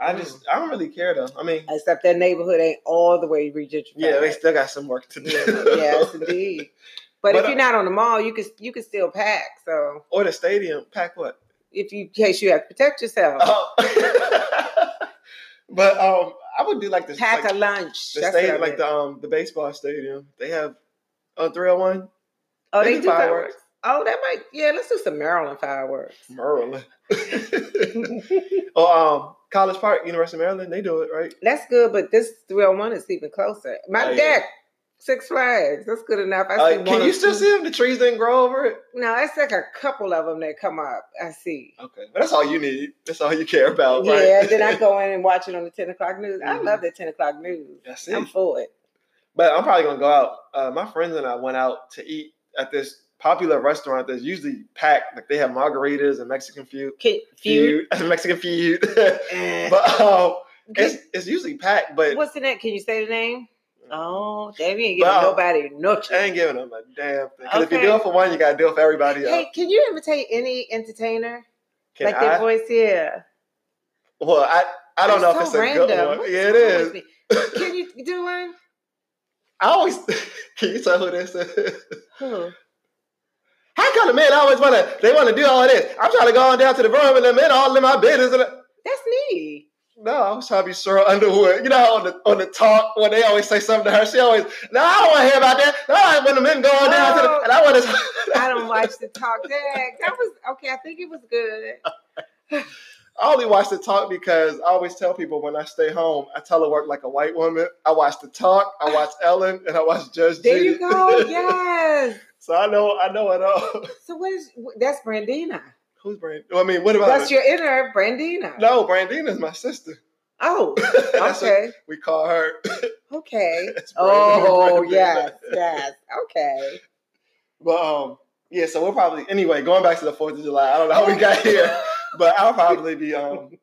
Speaker 1: I just. I don't really care though. I mean,
Speaker 2: Except that neighborhood ain't all the way regentrified.
Speaker 1: yeah, they still got some work to do.
Speaker 2: yes, indeed. But,
Speaker 1: But,
Speaker 2: if you're not on the mall, you could you could still pack. So
Speaker 1: Or the stadium. Pack what?
Speaker 2: if you in case you have to protect yourself,
Speaker 1: Uh-huh. Oh. but um, I would do like this.
Speaker 2: pack
Speaker 1: like-
Speaker 2: a lunch.
Speaker 1: The
Speaker 2: That's what I
Speaker 1: stadium, like
Speaker 2: meant.
Speaker 1: the um the baseball stadium, they have uh, a 301
Speaker 2: oh,
Speaker 1: they
Speaker 2: they,
Speaker 1: do
Speaker 2: do
Speaker 1: fireworks.
Speaker 2: fireworks. Oh, that might yeah. Let's do some Maryland fireworks.
Speaker 1: Maryland. or um College Park, University of Maryland, they do it, right?
Speaker 2: That's good, but this 301 is even closer. My
Speaker 1: Oh, yeah.
Speaker 2: deck, Six Flags. That's good enough. I see
Speaker 1: Uh,
Speaker 2: one
Speaker 1: can
Speaker 2: or
Speaker 1: you still
Speaker 2: two-
Speaker 1: see them? The trees didn't grow over it.
Speaker 2: No, it's like a couple of them that come up. I see.
Speaker 1: Okay, but that's all you need. That's all you care about, Oh, right?
Speaker 2: Yeah, then I go in and watch it on the 10 o'clock news. I
Speaker 1: Mhm.
Speaker 2: love the 10 o'clock news.
Speaker 1: That's
Speaker 2: I'm
Speaker 1: it.
Speaker 2: for it.
Speaker 1: But I'm probably gonna go out. Uh, my friends and I went out to eat at this popular restaurant that's usually packed. Like they have margaritas and Mexican food.
Speaker 2: Can, feud?
Speaker 1: Mexican food.
Speaker 2: Eh.
Speaker 1: but um,
Speaker 2: Can-
Speaker 1: it's it's usually packed, but
Speaker 2: what's the name? Can you say the name? Oh, damn, you ain't
Speaker 1: But,
Speaker 2: giving
Speaker 1: uh,
Speaker 2: nobody no chance.
Speaker 1: Mm-hmm. I ain't giving them a damn thing. Because if you
Speaker 2: Okay.
Speaker 1: do it for one, you gotta do it for everybody else.
Speaker 2: Hey, can you imitate any entertainer?
Speaker 1: Can
Speaker 2: like
Speaker 1: I?
Speaker 2: their voice, yeah.
Speaker 1: Well, I I don't
Speaker 2: It's
Speaker 1: know
Speaker 2: so
Speaker 1: if it's a
Speaker 2: random.
Speaker 1: good one.
Speaker 2: What's
Speaker 1: Yeah, it
Speaker 2: wrong
Speaker 1: is.
Speaker 2: with me? Can you do one?
Speaker 1: I always can you tell who this is?
Speaker 2: Who?
Speaker 1: How come the men always wanna they wanna do all this? I'm trying to go on down to the room and the men all in my business. And I-
Speaker 2: That's me.
Speaker 1: no, I was trying to be Cheryl Underwood. You know how on the on the talk when they always say something to her, she always no, I don't want to hear about that. No, I when the men go on down to the
Speaker 2: Oh.
Speaker 1: and I want to.
Speaker 2: I don't watch the talk. Dang, that was okay. I think it was good.
Speaker 1: I only watch the talk because I always tell people when I stay home, I telework like a white woman. I watch the talk, I watch Ellen, and I watch Judge
Speaker 2: There
Speaker 1: Judy.
Speaker 2: you go. Yes.
Speaker 1: so I know, I know it all.
Speaker 2: So what is that's Brandina?
Speaker 1: Who's Brand? well, I mean, what about
Speaker 2: That's
Speaker 1: it?
Speaker 2: your inner Brandina.
Speaker 1: no? Brandina's my sister.
Speaker 2: Oh,
Speaker 1: That's what
Speaker 2: okay,
Speaker 1: we call her.
Speaker 2: okay.
Speaker 1: That's
Speaker 2: Oh,
Speaker 1: Brandina.
Speaker 2: yes, yes. Okay.
Speaker 1: But um, yeah. So we'll probably anyway going back to the Fourth of July. I don't know how we got here, but I'll probably be um,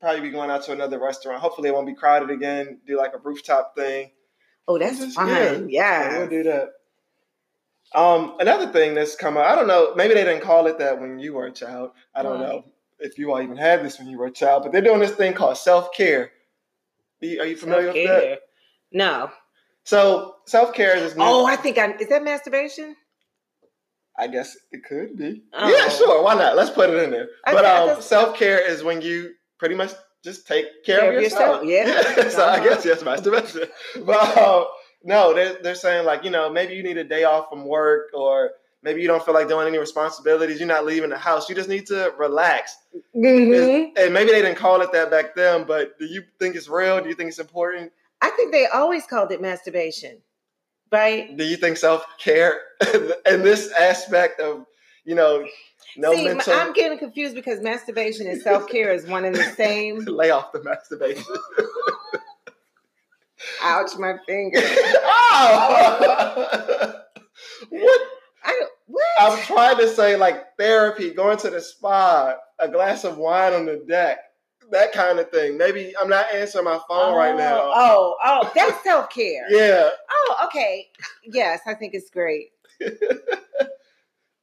Speaker 1: probably be going out to another restaurant. Hopefully, it won't be crowded again. Do like a rooftop thing.
Speaker 2: Oh, that's
Speaker 1: Just-
Speaker 2: fine.
Speaker 1: Yeah,
Speaker 2: Yeah.
Speaker 1: we'll do that. Um, another thing that's come up, I don't know, maybe they didn't call it that when you were a child. I don't
Speaker 2: What?
Speaker 1: know if you all even had this when you were a child, but they're doing this thing called self care. Are you familiar with that?
Speaker 2: Self-care. No.
Speaker 1: So, self care is this new-
Speaker 2: Oh, I think I is that masturbation?
Speaker 1: I guess it could be.
Speaker 2: Oh.
Speaker 1: Yeah, sure. Why not? Let's put it in there.
Speaker 2: Okay,
Speaker 1: But
Speaker 2: I
Speaker 1: um,
Speaker 2: just-
Speaker 1: self care is when you pretty much just take care, of yourself.
Speaker 2: yeah.
Speaker 1: so I
Speaker 2: Uh-huh.
Speaker 1: guess yes, masturbation. But um, no, they're they're saying like you know maybe you need a day off from work or maybe you don't feel like doing any responsibilities. You're not leaving the house. You just need to relax.
Speaker 2: Mhm.
Speaker 1: And maybe they didn't call it that back then, but do you think it's real? Do you think it's important?
Speaker 2: I think they always called it masturbation, right?
Speaker 1: Do you think self care and this aspect of you know no
Speaker 2: See,
Speaker 1: mental
Speaker 2: I'm getting confused because masturbation and self care is one and the same.
Speaker 1: lay off the masturbation?
Speaker 2: Ouch, my finger.
Speaker 1: oh! what?
Speaker 2: I don't- what?
Speaker 1: I'm trying to say, like therapy, going to the spa, a glass of wine on the deck, that kind of thing. Maybe I'm not answering my phone right now.
Speaker 2: Oh, oh, that's self care.
Speaker 1: Yeah.
Speaker 2: Oh, okay. Yes, I think it's great.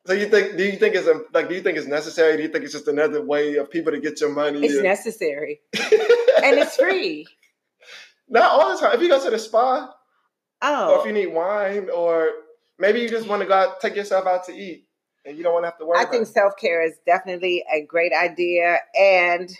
Speaker 1: So you think? Do you think it's um, like? Do you think it's necessary? Do you think it's just another way of people to get your money?
Speaker 2: It's
Speaker 1: And-
Speaker 2: necessary and it's free.
Speaker 1: not all the time. If you go to the spa, or if
Speaker 2: Oh,
Speaker 1: you need wine, or maybe you just want to go out, take yourself out to eat, and you don't want to have to worry.
Speaker 2: I
Speaker 1: about
Speaker 2: think
Speaker 1: it.
Speaker 2: self care is definitely a great idea. And,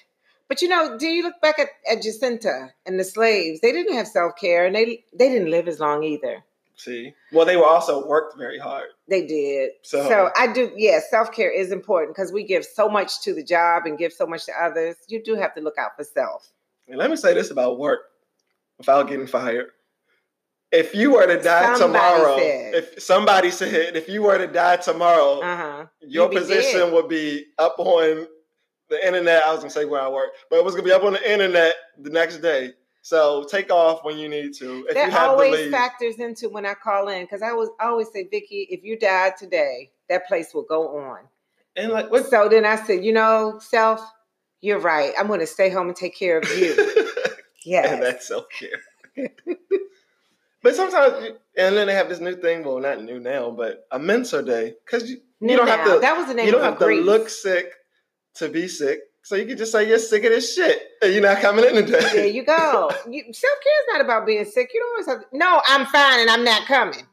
Speaker 2: but you know, do you look back at, at Jacinta and the slaves? They didn't have self care and they they didn't live as long either.
Speaker 1: See, well, they were also worked very hard.
Speaker 2: They did.
Speaker 1: So-
Speaker 2: So, I do, yeah, self care is important because we give so much to the job and give so much to others. You do have to look out for self.
Speaker 1: And let me say this about work without getting fired. If you were to die
Speaker 2: Somebody
Speaker 1: tomorrow,
Speaker 2: said.
Speaker 1: if somebody said, if you were to die tomorrow,
Speaker 2: Uh huh.
Speaker 1: your
Speaker 2: you'd be
Speaker 1: position
Speaker 2: dead.
Speaker 1: would be up on the internet. I was gonna say where I work, but it was gonna be up on the internet the next day. So take off when you need to. If you have
Speaker 2: That
Speaker 1: to
Speaker 2: always
Speaker 1: leave.
Speaker 2: factors into when I call in because I was I always say, Vicky, if you die today, that place will go on.
Speaker 1: and like what
Speaker 2: So then I said, you know, self, you're right. I'm going to stay home and take care of you.
Speaker 1: and
Speaker 2: Yes.
Speaker 1: that's self care. but sometimes, you- and then they have this new thing. Well, not new now, but a mentor day because you, you don't have
Speaker 2: Now,
Speaker 1: to.
Speaker 2: That was the name
Speaker 1: you don't
Speaker 2: of
Speaker 1: have to
Speaker 2: Greece.
Speaker 1: look sick to be sick. So you can just say you're sick of this shit and you're not coming in today.
Speaker 2: There you go. You, self care is not about being sick. You don't always have. To, no, I'm fine and I'm not coming.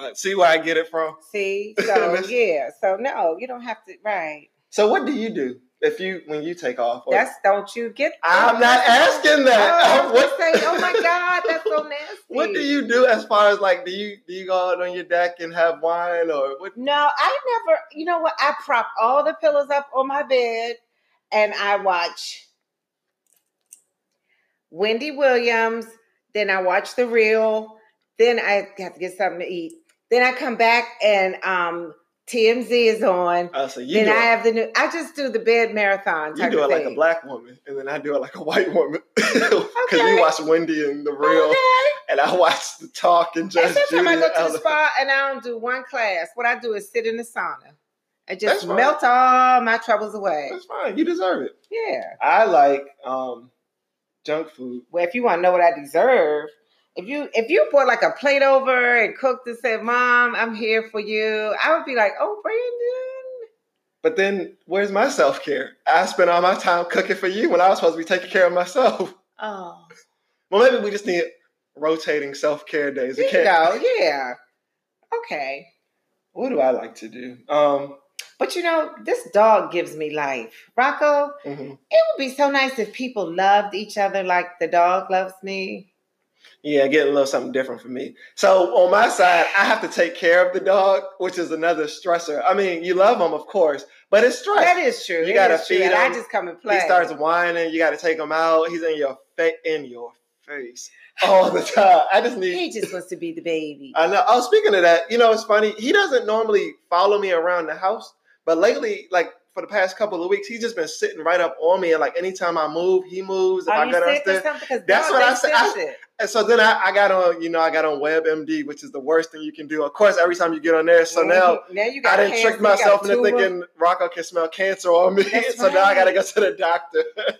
Speaker 1: Uh, See where I get it from?
Speaker 2: See, so
Speaker 1: That's-
Speaker 2: yeah, so no, you don't have to. Right?
Speaker 1: So what do you do if you when you take off? Or-
Speaker 2: That's don't you get?
Speaker 1: I'm not asking that.
Speaker 2: Oh, I was
Speaker 1: What-
Speaker 2: gonna say, oh my god, that's so nasty.
Speaker 1: what do you do as far as like do you do you go out on your deck and have wine or what?
Speaker 2: No, I never. You know what? I prop all the pillows up on my bed, and I watch Wendy Williams. Then I watch the reel. Then I have to get something to eat. Then I come back and um, TMZ is on.
Speaker 1: Uh, so you
Speaker 2: Then
Speaker 1: do
Speaker 2: I
Speaker 1: it,
Speaker 2: have the new. I just do the bed marathon.
Speaker 1: you
Speaker 2: Type
Speaker 1: do it
Speaker 2: of
Speaker 1: like
Speaker 2: thing.
Speaker 1: a black woman, and then I do it like a white woman because you
Speaker 2: Okay.
Speaker 1: watch Wendy and the real,
Speaker 2: Okay.
Speaker 1: and I watch the talk and
Speaker 2: And
Speaker 1: just.
Speaker 2: sometimes I
Speaker 1: Judy
Speaker 2: go to
Speaker 1: Allen.
Speaker 2: the spa and I don't do one class. What I do is sit in the sauna and
Speaker 1: That's
Speaker 2: just
Speaker 1: fine.
Speaker 2: melt all my troubles away.
Speaker 1: That's fine. You deserve it.
Speaker 2: Yeah.
Speaker 1: I like um junk food.
Speaker 2: Well, if you want to know what I deserve, if you if you brought like a plate over and cooked and said, "Mom, I'm here for you," I would be like, "Oh, Brandon."
Speaker 1: But then where's my self care? I spent all my time cooking for you when I was supposed to be taking care of myself.
Speaker 2: Oh,
Speaker 1: Well, maybe we just need rotating self care days. We
Speaker 2: there you
Speaker 1: can't-
Speaker 2: go. Yeah. Okay,
Speaker 1: What do I like to do? Um,
Speaker 2: but you know this dog gives me life, Rocco.
Speaker 1: mhm.
Speaker 2: It would be so nice if people loved each other like the dog loves me.
Speaker 1: Yeah, getting a little something different for me. So on my side, I have to take care of the dog, which is another stressor. I mean, you love him, of course, but it's stress.
Speaker 2: That is true.
Speaker 1: You
Speaker 2: It
Speaker 1: gotta
Speaker 2: is true,
Speaker 1: feed
Speaker 2: and I
Speaker 1: him.
Speaker 2: just come and play.
Speaker 1: He starts whining. You got to take him out. He's in your fa- in your face all the time. I just need
Speaker 2: He just wants to be the baby.
Speaker 1: I know. Oh, speaking of that, you know, it's funny. He doesn't normally follow me around the house, but lately, like for the past couple of weeks, he's just been sitting right up on me. And like anytime I move, he moves. If
Speaker 2: Are
Speaker 1: I
Speaker 2: you
Speaker 1: go
Speaker 2: sick or
Speaker 1: downstairs,
Speaker 2: something? 'Cause
Speaker 1: That's
Speaker 2: dogs,
Speaker 1: what I
Speaker 2: they
Speaker 1: said. I-
Speaker 2: sensitive.
Speaker 1: and so then I, I got on, you know, I got on WebMD, which is the worst thing you can do. Of course, every time you get on there, so
Speaker 2: Mhm.
Speaker 1: now
Speaker 2: now you
Speaker 1: I
Speaker 2: got
Speaker 1: didn't trick
Speaker 2: cancer, you got
Speaker 1: myself into
Speaker 2: tumor.
Speaker 1: thinking Rocco can smell cancer on me.
Speaker 2: That's
Speaker 1: so now I
Speaker 2: right.
Speaker 1: gotta go to the doctor.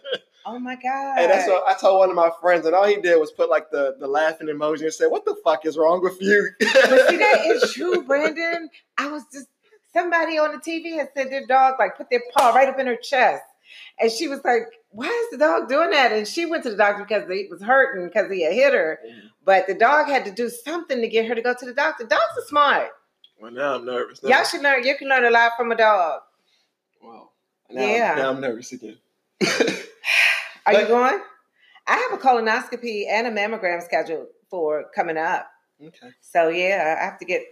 Speaker 2: Oh my god.
Speaker 1: And that's what I told one of my friends, and all he did was put like the, the laughing emoji and said, What the fuck is wrong with you?
Speaker 2: But see, that is true, Brandon. I was just somebody on the TV had said their dog like put their paw right up in her chest, and she was like, "Why is the dog doing that?" And she went to the doctor because he was hurting because he had hit her, but the dog had to do something to get her to go to the doctor. Dogs are smart.
Speaker 1: well, now I'm nervous. Now,
Speaker 2: Y'all should learn. You can learn a lot from a dog.
Speaker 1: wow. Now-
Speaker 2: Yeah.
Speaker 1: now I'm nervous again.
Speaker 2: Are you
Speaker 1: But-
Speaker 2: going? I have a colonoscopy and a mammogram scheduled for coming up.
Speaker 1: Okay.
Speaker 2: So yeah, I have to get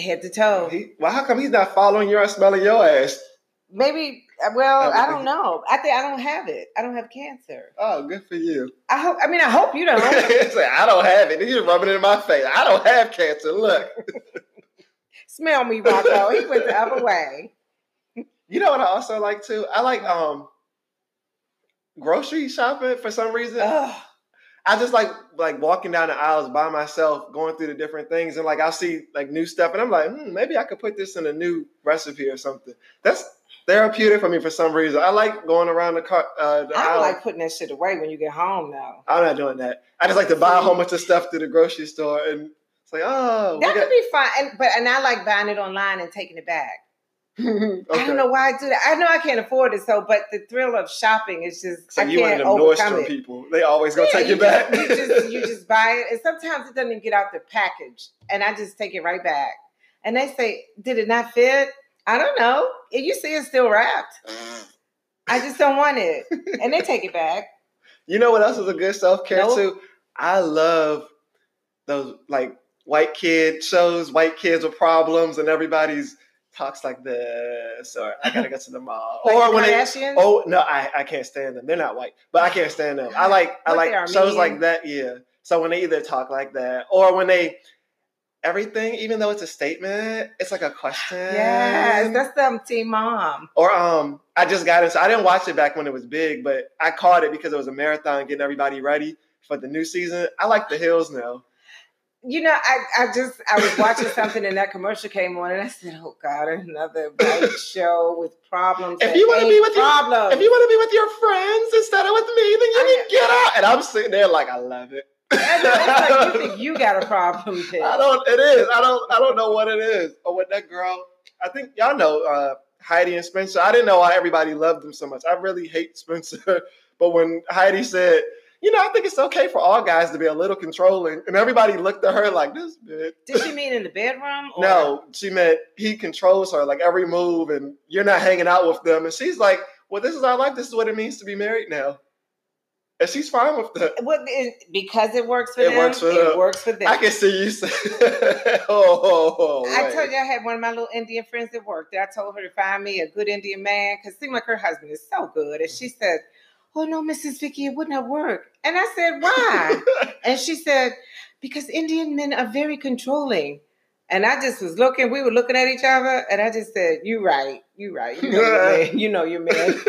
Speaker 2: head to toe.
Speaker 1: He, well, how come he's not following you and smelling your ass?
Speaker 2: Maybe. uh, Well,
Speaker 1: I
Speaker 2: I don't know. I think I don't have it. I don't have cancer.
Speaker 1: Oh, good for you.
Speaker 2: I hope. I mean, I hope you don't.
Speaker 1: It's like, I don't have it. He's rubbing it in my face. I don't have cancer. Look.
Speaker 2: Smell me, Rocco. He went the other way.
Speaker 1: You know what I also like too? I like um grocery shopping for some reason.
Speaker 2: Ugh.
Speaker 1: I just like like walking down the aisles by myself, going through the different things, and like I'll see like new stuff, and I'm like, hmm, maybe I could put this in a new recipe or something. That's therapeutic for me for some reason. I like going around the car. Uh, the
Speaker 2: I
Speaker 1: aisle.
Speaker 2: don't like putting that shit away when you get home, though.
Speaker 1: I'm not doing that. I just like to buy a whole bunch of stuff through the grocery store, and it's like, oh, we
Speaker 2: That
Speaker 1: got-
Speaker 2: would be fun, and, but and I like buying it online and taking it back. I
Speaker 1: Okay.
Speaker 2: don't know why I do that. I know I can't afford it, so but the thrill of shopping is just
Speaker 1: So
Speaker 2: I
Speaker 1: you one of
Speaker 2: can't
Speaker 1: them
Speaker 2: overcome
Speaker 1: Nordstrom
Speaker 2: it.
Speaker 1: people? They always gonna
Speaker 2: Yeah,
Speaker 1: take
Speaker 2: you
Speaker 1: it back.
Speaker 2: Just, you just you just buy it, and sometimes it doesn't even get out the package, and I just take it right back. And they say, "Did it not fit?" I don't know. And you see, it's still wrapped. I just don't want it, and they take it back.
Speaker 1: You know what else is a good self care
Speaker 2: Nope.
Speaker 1: too? I love those like white kid shows, white kids with problems, and everybody's talks like this, or I gotta go to the mall,
Speaker 2: Like
Speaker 1: or
Speaker 2: the
Speaker 1: when they.
Speaker 2: Kardashians.
Speaker 1: Oh no, I, I can't stand them. They're not white, but I can't stand them. I like I
Speaker 2: What,
Speaker 1: like
Speaker 2: they are
Speaker 1: shows like
Speaker 2: mean?
Speaker 1: that. Yeah. So when they either talk like that, or when they everything, even though it's a statement, it's like a question.
Speaker 2: yes, that's them team mom.
Speaker 1: Or um, I just got into. I didn't watch it back when it was big, but I caught it because it was a marathon getting everybody ready for the new season. I like the hills now.
Speaker 2: You know, I, I just I was watching something and that commercial came on and I said, "Oh God, another white show with problems."
Speaker 1: If
Speaker 2: that
Speaker 1: you wanna
Speaker 2: ain't
Speaker 1: be with your-
Speaker 2: problems,
Speaker 1: If you want to be with your friends instead of with me, then you need to get out. And I'm sitting there like, I love it.
Speaker 2: And it's like, you think you got a problem? Then.
Speaker 1: I don't. It is. I don't. I don't know what it is. Or what that girl. I think y'all know uh, Heidi and Spencer. I didn't know why everybody loved them so much. I really hate Spencer, but when Heidi said. You know, I think it's okay for all guys to be a little controlling, and everybody looked at her like this bitch.
Speaker 2: Did she mean in the bedroom? Or?
Speaker 1: No, she meant he controls her, like every move, and you're not hanging out with them. And she's like, Well, this is our life. This is what it means to be married now. And she's fine with that.
Speaker 2: Well, it- because it works for
Speaker 1: It
Speaker 2: them.
Speaker 1: works for
Speaker 2: it
Speaker 1: them.
Speaker 2: works for them.
Speaker 1: I can see you say, Oh, oh, oh,
Speaker 2: I
Speaker 1: wait.
Speaker 2: told you I had one of my little Indian friends at work that I told her to find me a good Indian man because it seemed like her husband is so good. And she said, Oh no, Mrs. Vicky, it wouldn't have worked. And I said, Why? and she said, Because Indian men are very controlling. And I just was looking, we were looking at each other, and I just said, You right, you right. You know your man. You know your man.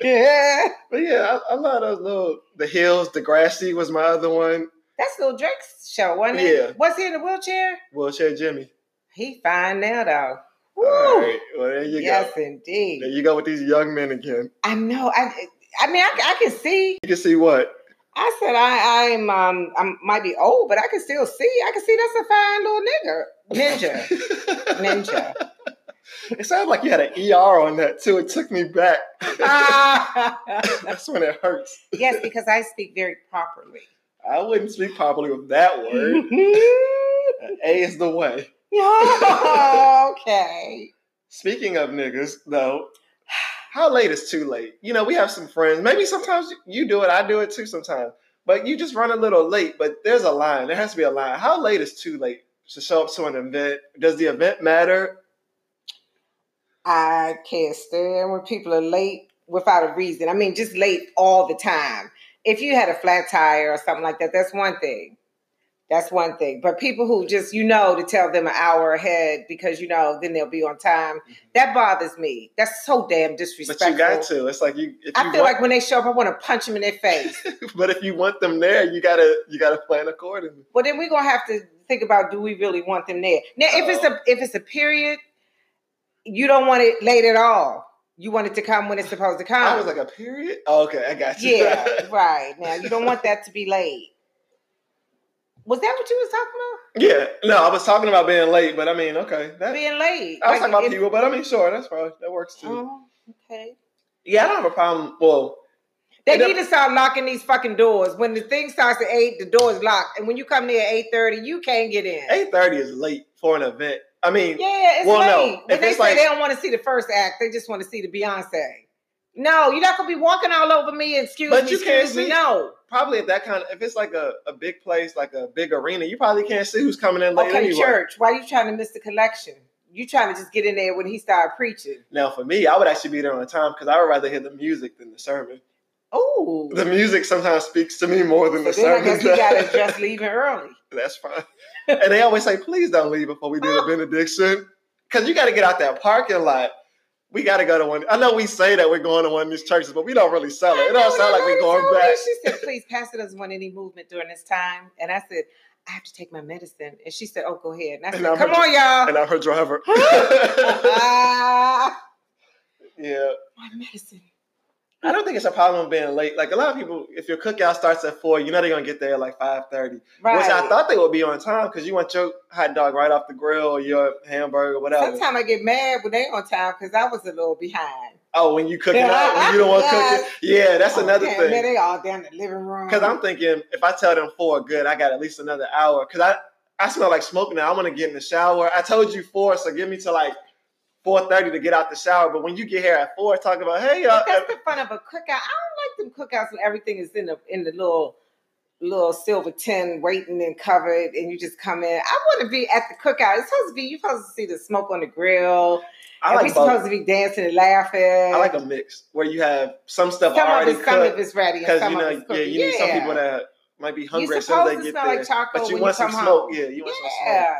Speaker 2: yeah.
Speaker 1: But yeah, I, I love those little the hills. Degrassi was my other one.
Speaker 2: That's little Drake's show, wasn't it?
Speaker 1: Yeah.
Speaker 2: Was he in a wheelchair?
Speaker 1: Wheelchair Jimmy.
Speaker 2: He fine now though. Woo!
Speaker 1: All right, well there you
Speaker 2: yes,
Speaker 1: go.
Speaker 2: indeed.
Speaker 1: There you go with these young men again.
Speaker 2: I know. I I mean, I, I can see.
Speaker 1: You can see what
Speaker 2: I said I I'm um I might be old, but I can still see. I can see that's a fine little nigger ninja ninja.
Speaker 1: It sounded like you had an ER on that too. It took me back.
Speaker 2: Ah.
Speaker 1: That's when it hurts.
Speaker 2: yes, because I speak very properly.
Speaker 1: I wouldn't speak properly with that word. A is the way.
Speaker 2: okay.
Speaker 1: Speaking of niggas, though, how late is too late? You know, we have some friends. Maybe sometimes you do it, I do it too sometimes. But you just run a little late, but there's a line. There has to be a line. How late is too late to show up to an event? Does the event matter?
Speaker 2: I can't stand when people are late without a reason. I mean, just late all the time. If you had a flat tire or something like that, that's one thing. That's one thing. But people who just, you know, to tell them an hour ahead because, you know, then they'll be on time, that bothers me. That's so damn
Speaker 1: Mm-hmm. But
Speaker 2: disrespectful.
Speaker 1: you got to. It's like you. If you
Speaker 2: I feel
Speaker 1: want,
Speaker 2: like when they show up, I want to punch them in their face.
Speaker 1: but if you want them there, you gotta you gotta plan accordingly.
Speaker 2: well, then we're going to have to think about do we really want them there? Now, if it's a if it's a period, you don't want it late at all. You want it to come when it's supposed to come.
Speaker 1: I was like a period. Oh, okay, I got you.
Speaker 2: Um, yeah, right. Now you don't want that to be late. Was that what you was talking about?
Speaker 1: yeah. No, I was talking about being late, but I mean, okay. That,
Speaker 2: Being late.
Speaker 1: I was
Speaker 2: Like,
Speaker 1: talking about
Speaker 2: if-
Speaker 1: people, but I mean, sure, that's probably that works too.
Speaker 2: Oh, okay.
Speaker 1: yeah, I don't have a problem. Well,
Speaker 2: They
Speaker 1: It dep-
Speaker 2: need to start locking these fucking doors. When the thing starts at eight, the door is locked, and when you come there at eight thirty, you can't get in.
Speaker 1: eight thirty is late for an event. I mean,
Speaker 2: Yeah, it's
Speaker 1: Well, no.
Speaker 2: late. When
Speaker 1: If
Speaker 2: they
Speaker 1: it's
Speaker 2: say
Speaker 1: like-
Speaker 2: they don't want to see the first act, they just want to see the Beyonce. No, you're not gonna be walking all over me. Excuse
Speaker 1: But
Speaker 2: me.
Speaker 1: you can't
Speaker 2: excuse me.
Speaker 1: see-
Speaker 2: No.
Speaker 1: probably if that kind of if it's like a, a big place, like a big arena, you probably can't see who's coming in late
Speaker 2: Okay,
Speaker 1: anyway.
Speaker 2: church. Why you trying to miss the collection? You trying to just get in there when he started preaching?
Speaker 1: Now, for me, I would actually be there on time because I would rather hear the music than the sermon.
Speaker 2: Oh,
Speaker 1: The music sometimes speaks to me more than
Speaker 2: so
Speaker 1: the
Speaker 2: then I
Speaker 1: sermon.
Speaker 2: guess you
Speaker 1: does.
Speaker 2: gotta just leave it early.
Speaker 1: That's fine. And they always say, please don't leave before we do the benediction. Because you got to get out that parking lot. We got to go to one. I know we say that we're going to one of these churches, but we don't really sell it. It
Speaker 2: I
Speaker 1: don't
Speaker 2: know,
Speaker 1: sound like
Speaker 2: and
Speaker 1: we're
Speaker 2: I
Speaker 1: going
Speaker 2: told her,
Speaker 1: back.
Speaker 2: She said, please, Pastor doesn't want any movement during this time. And I said, I have to take my medicine. And she said, oh, go ahead. And I
Speaker 1: And
Speaker 2: said,
Speaker 1: I'm
Speaker 2: come
Speaker 1: a-
Speaker 2: on, y'all.
Speaker 1: And I'm her driver.
Speaker 2: Ah,
Speaker 1: yeah.
Speaker 2: my medicine.
Speaker 1: I don't think it's a problem being late. Like a lot of people, if your cookout starts at four, you know they're gonna get there at like five thirty.
Speaker 2: Right.
Speaker 1: Which I thought they would be on time because you want your hot dog right off the grill or your hamburger, whatever.
Speaker 2: Sometimes I get mad when they on time because I was a little behind.
Speaker 1: Oh, when you cooking out, when you don't want
Speaker 2: Yes. Oh,
Speaker 1: cooking. Yeah, that's another
Speaker 2: Okay,
Speaker 1: thing.
Speaker 2: Now they all down in the living room.
Speaker 1: Because I'm thinking, if I tell them four, good, I got at least another hour. Because I, I smell like smoke now. I want to get in the shower. I told you four, so give me to like four thirty to get out the shower. But when you get here at four, talking about hey, y'all,
Speaker 2: But that's the fun of a cookout. I don't like them cookouts when everything is in the in the little little silver tin waiting and covered, and you just come in. I want to be at the cookout. It's supposed to be you're supposed to see the smoke on the grill.
Speaker 1: I
Speaker 2: and
Speaker 1: like
Speaker 2: we're
Speaker 1: both.
Speaker 2: supposed to be dancing and laughing. I
Speaker 1: I like a mix where you have some stuff
Speaker 2: some of
Speaker 1: already
Speaker 2: it, some of
Speaker 1: cooked
Speaker 2: it's ready, and
Speaker 1: because
Speaker 2: some
Speaker 1: you
Speaker 2: of
Speaker 1: know,
Speaker 2: it's
Speaker 1: yeah,
Speaker 2: cooking.
Speaker 1: you need some people that might be hungry as soon as
Speaker 2: supposed
Speaker 1: they
Speaker 2: to
Speaker 1: get
Speaker 2: smell
Speaker 1: there.
Speaker 2: like charcoal
Speaker 1: but you
Speaker 2: when you
Speaker 1: want some
Speaker 2: come
Speaker 1: smoke,
Speaker 2: home.
Speaker 1: yeah, you want some smoke,
Speaker 2: yeah.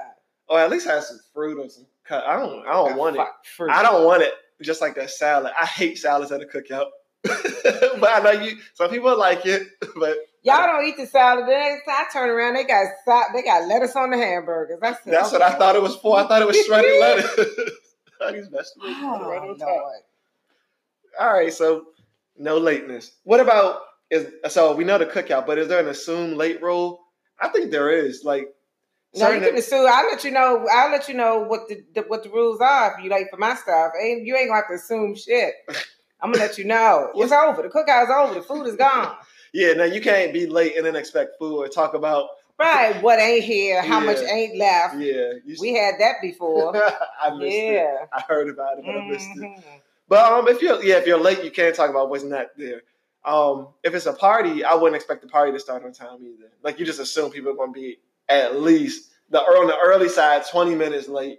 Speaker 1: or at least have some fruit or some cut. I don't, I don't want it.
Speaker 2: Fuck fruit.
Speaker 1: I don't want it just like that salad. I hate salads at a cookout. but I know you some people like it, but
Speaker 2: Y'all don't eat the salad. The next time I turn around, they got sa- they got lettuce on the hamburgers. I said,
Speaker 1: that's what I
Speaker 2: okay.
Speaker 1: thought it was for. I thought it was shredded lettuce. These vegetables right
Speaker 2: Oh,
Speaker 1: on top.
Speaker 2: Lord.
Speaker 1: All right, so no lateness. What about is so we know the cookout, but is there an assumed late rule? I think there is. Like
Speaker 2: No, you
Speaker 1: certain-
Speaker 2: can assume. I'll let you know. I'll let you know what the, the what the rules are if you late for my stuff. Ain't you ain't gonna have to assume shit. I'm gonna let you know. It's over. The cookout's over. The food is gone.
Speaker 1: yeah, no, you can't be late and then expect food or talk about
Speaker 2: Right? What ain't here? How much
Speaker 1: Yeah.
Speaker 2: ain't left?
Speaker 1: yeah. You
Speaker 2: We had that before.
Speaker 1: I missed it.
Speaker 2: yeah.
Speaker 1: I heard about it, but I missed it.
Speaker 2: Mhm.
Speaker 1: But um, if you're yeah, if you're late, you can talk about what's not there. Um, if it's a party, I wouldn't expect the party to start on time either. Like you just assume people are going to be at least the on the early side, twenty minutes late,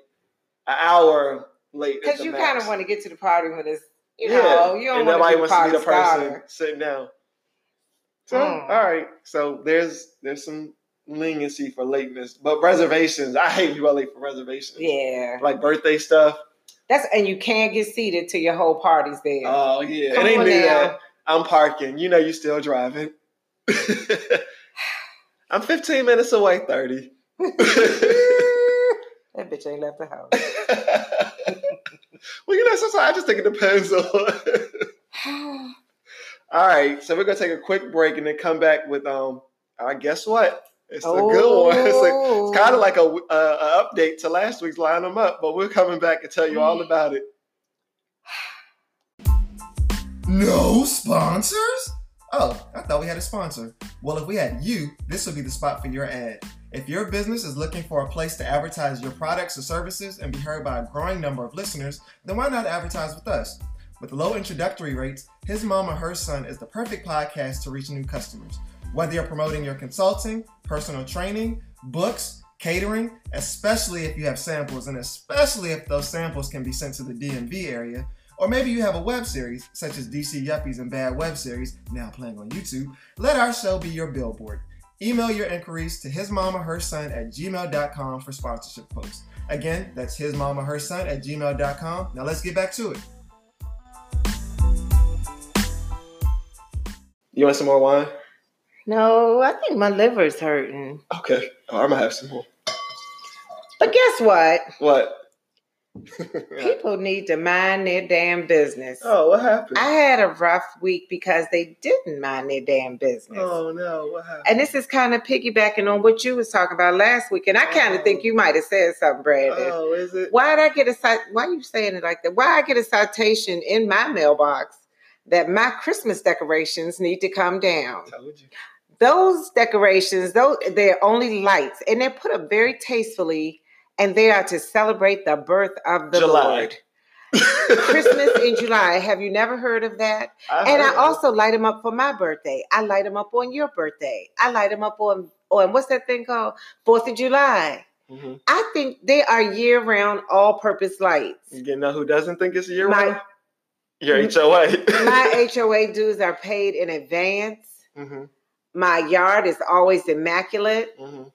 Speaker 1: an hour late. at
Speaker 2: Because
Speaker 1: the
Speaker 2: you
Speaker 1: max.
Speaker 2: kind of want to get to the party when it's, you
Speaker 1: Yeah.
Speaker 2: know, you don't
Speaker 1: and
Speaker 2: want
Speaker 1: nobody
Speaker 2: to be
Speaker 1: wants
Speaker 2: the
Speaker 1: to
Speaker 2: party
Speaker 1: be the person
Speaker 2: starter.
Speaker 1: sitting down. So
Speaker 2: Mm.
Speaker 1: all right, so there's there's some leniency for lateness, but reservations. I hate people late for reservations.
Speaker 2: Yeah,
Speaker 1: Like birthday stuff.
Speaker 2: that's and you can't get seated till your whole party's there.
Speaker 1: Oh yeah,
Speaker 2: Come
Speaker 1: it ain't
Speaker 2: on
Speaker 1: do
Speaker 2: now.
Speaker 1: that. I'm parking. You know you still driving. I'm 15 minutes away, 30.
Speaker 2: that bitch ain't left the house.
Speaker 1: well, you know, sometimes I just think it depends on. All right, so we're gonna take a quick break and then come back with um. I guess what? It's a good one. It's, a- it's
Speaker 2: Oh.
Speaker 1: kind of like a, a, a update to last week's line them up, but we're coming back and tell you all about it.
Speaker 3: No sponsors? Oh, I thought we had a sponsor. Well, if we had you, this would be the spot for your ad. If your business is looking for a place to advertise your products or services and be heard by a growing number of listeners, then why not advertise with us? With low introductory rates, His Mom or Her Son is the perfect podcast to reach new customers. Whether you're promoting your consulting, personal training, books, catering, especially if you have samples, and especially if those samples can be sent to the DMV area, or maybe you have a web series, such as DC Yuppies and Bad Web Series, now playing on YouTube. Let our show be your billboard. Email your inquiries to hismomaherson at gmail.com for sponsorship posts. Again, that's hismomaherson at gmail.com. Now let's get back to it.
Speaker 1: You want some more wine?
Speaker 2: no, I think my liver's hurting.
Speaker 1: Oh, Okay, I'm gonna have some more.
Speaker 2: But guess what?
Speaker 1: What?
Speaker 2: People need to mind their damn business.
Speaker 4: oh, what happened?
Speaker 2: I had a rough week because they didn't mind their damn business.
Speaker 4: oh no, what happened?
Speaker 2: And this is kind of piggybacking on what you was talking about last week. And I kind of
Speaker 4: Oh.
Speaker 2: think you might have said something, Brandon.
Speaker 4: Oh, is it?
Speaker 2: Why did I get a cit- why you saying it like that? Why I get a citation in my mailbox that my Christmas decorations need to come down?
Speaker 4: Told you.
Speaker 2: those decorations, though they're only lights, and they're put up very tastefully, and they are to celebrate the birth of the
Speaker 4: July.
Speaker 2: Lord. Christmas in July. Have you never heard of that? and I
Speaker 4: heard.
Speaker 2: also light them up for my birthday. I light them up on your birthday. I light them up on on what's that thing called Fourth of July.
Speaker 4: Mhm.
Speaker 2: I think they are year round, all purpose lights.
Speaker 4: You know who doesn't think it's a year
Speaker 2: My-
Speaker 4: round? Your HOA.
Speaker 2: My HOA dues are paid in advance.
Speaker 4: Mhm,
Speaker 2: My yard is always immaculate.
Speaker 4: mhm.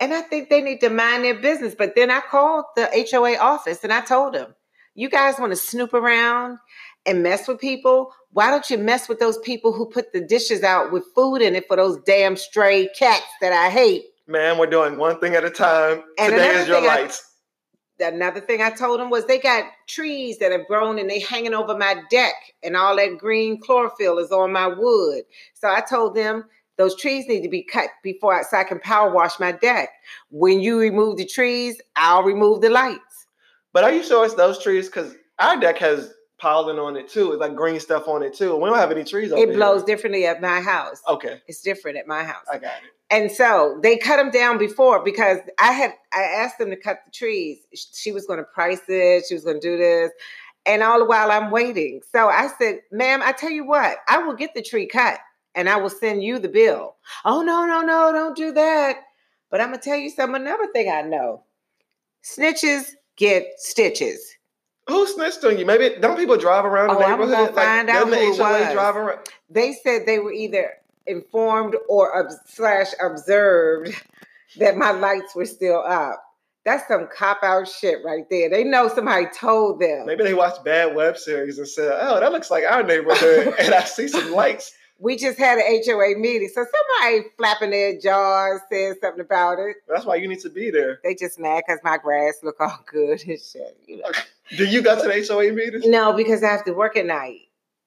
Speaker 2: And I think they need to mind their business. But then I called the HOA office and I told them, you guys want to snoop around and mess with people? Why don't you mess with those people who put the dishes out with food in it for those damn stray cats that I hate?
Speaker 4: Ma'am, we're doing one thing at a time.
Speaker 2: And
Speaker 4: Today
Speaker 2: another
Speaker 4: is your
Speaker 2: thing I-
Speaker 4: lights.
Speaker 2: Another thing I told them was they got trees that have grown and they hanging over my deck and all that green chlorophyll is on my wood. So I told them those trees need to be cut before I, so I can power wash my deck. When you remove the trees, I'll remove the lights.
Speaker 4: But are you sure it's those trees? Because our deck has pollen on it too. It's like green stuff on it too. We don't have any trees over
Speaker 2: It
Speaker 4: here.
Speaker 2: blows differently at my house.
Speaker 4: Okay,
Speaker 2: It's different at my house.
Speaker 4: I got it.
Speaker 2: And so they cut them down before because I had I asked them to cut the trees. Sh- She was going to price it. She was going to do this. And all the while I'm waiting. So I said, "Ma'am, I tell you what. I will get the tree cut and I will send you the bill." "Oh no, no, no, don't do that." But I'm going to tell you some another thing I know. Snitches get stitches.
Speaker 4: Who snitched on you? Maybe don't people drive around the
Speaker 2: Oh, I'm gonna
Speaker 4: neighborhood?
Speaker 2: find out
Speaker 4: doesn't the
Speaker 2: who it
Speaker 4: HOA
Speaker 2: was.
Speaker 4: drive around?
Speaker 2: they said they were either informed or ob- slash observed that my lights were still up. That's some cop out shit right there. They know somebody told them.
Speaker 4: Maybe they watched bad web series and said, "Oh, that looks like our neighborhood," and I see some lights.
Speaker 2: We just had an HOA meeting, so somebody flapping their jaws said something about it.
Speaker 4: That's why you need to be there.
Speaker 2: They just mad because my grass look all good and shit. You know?
Speaker 4: Do you go to the HOA meetings
Speaker 2: No, because I have to work at night.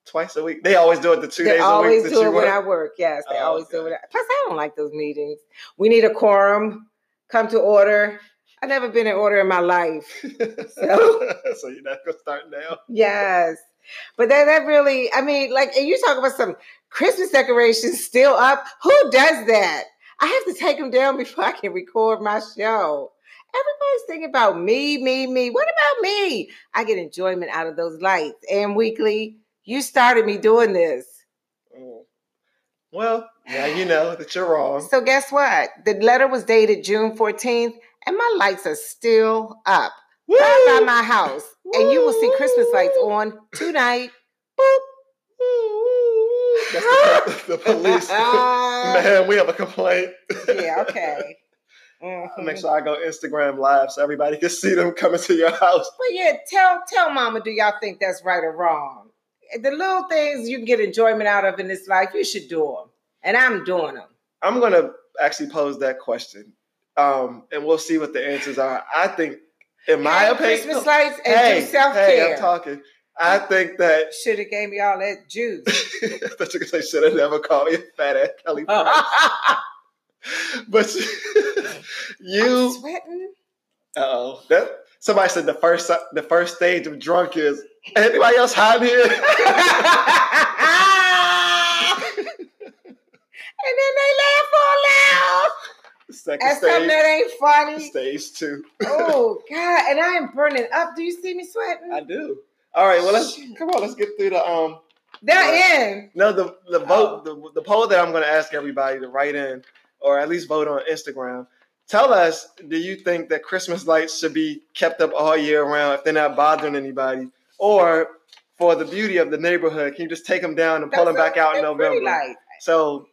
Speaker 4: twice a week? They always do it the two
Speaker 2: they
Speaker 4: days
Speaker 2: always
Speaker 4: a week that
Speaker 2: do
Speaker 4: you
Speaker 2: it when
Speaker 4: work.
Speaker 2: I work. Yes, they
Speaker 4: Oh,
Speaker 2: always do
Speaker 4: okay.
Speaker 2: it. Plus, I don't like those meetings. We need a quorum. Come to order. I've never been in order in my life. So-
Speaker 4: so you're not gonna start now.
Speaker 2: Yes. But that, that really, I mean, like, and you talk about some Christmas decorations still up. Who does that? I have to take them down before I can record my show. Everybody's thinking about me, me, me. What about me? I get enjoyment out of those lights. And weekly, you started me doing this.
Speaker 4: Oh. Well, now you know that you're wrong.
Speaker 2: So guess what? The letter was dated June 14th, and my lights are still up
Speaker 4: Woo!
Speaker 2: right by my house. And you will see Christmas lights on tonight. Boop.
Speaker 4: That's the, the police.
Speaker 2: Ah,
Speaker 4: Man, we have a complaint.
Speaker 2: yeah, okay.
Speaker 4: I'll
Speaker 2: Mhm.
Speaker 4: make sure I go Instagram live so everybody can see them coming to your house.
Speaker 2: But yeah, tell tell mama, do y'all think that's right or wrong? The little things you can get enjoyment out of in this life, you should do them. And I'm doing them.
Speaker 4: I'm gonna actually pose that question, um, and we'll see what the answers are. I think, in my opinion,
Speaker 2: Christmas lights and
Speaker 4: hey,
Speaker 2: do self
Speaker 4: hey, I'm
Speaker 2: care.
Speaker 4: talking. I think that
Speaker 2: should have gave me all that juice.
Speaker 4: that you could say should have never called me a fat ass Kelly, Price.
Speaker 2: I'm
Speaker 4: but you,
Speaker 2: sweating.
Speaker 4: oh, that somebody said the first the first stage of drunk is anybody else hot in here?
Speaker 2: and then they laugh all loud
Speaker 4: Second
Speaker 2: at something
Speaker 4: stage,
Speaker 2: that ain't funny.
Speaker 4: stage two.
Speaker 2: Oh God! And I am burning up. Do you see me
Speaker 4: I
Speaker 2: sweating?
Speaker 4: do. All right, well let's come on. Let's get through the um.
Speaker 2: They're in.
Speaker 4: No, the the
Speaker 2: Oh.
Speaker 4: vote, the, the poll that I'm going to ask everybody to write in, or at least vote on Instagram. Tell us, do you think that Christmas lights should be kept up all year round if they're not bothering anybody, or for the beauty of the neighborhood, can you just take them down and pull them back out in
Speaker 2: They're pretty
Speaker 4: November?
Speaker 2: lights.
Speaker 4: So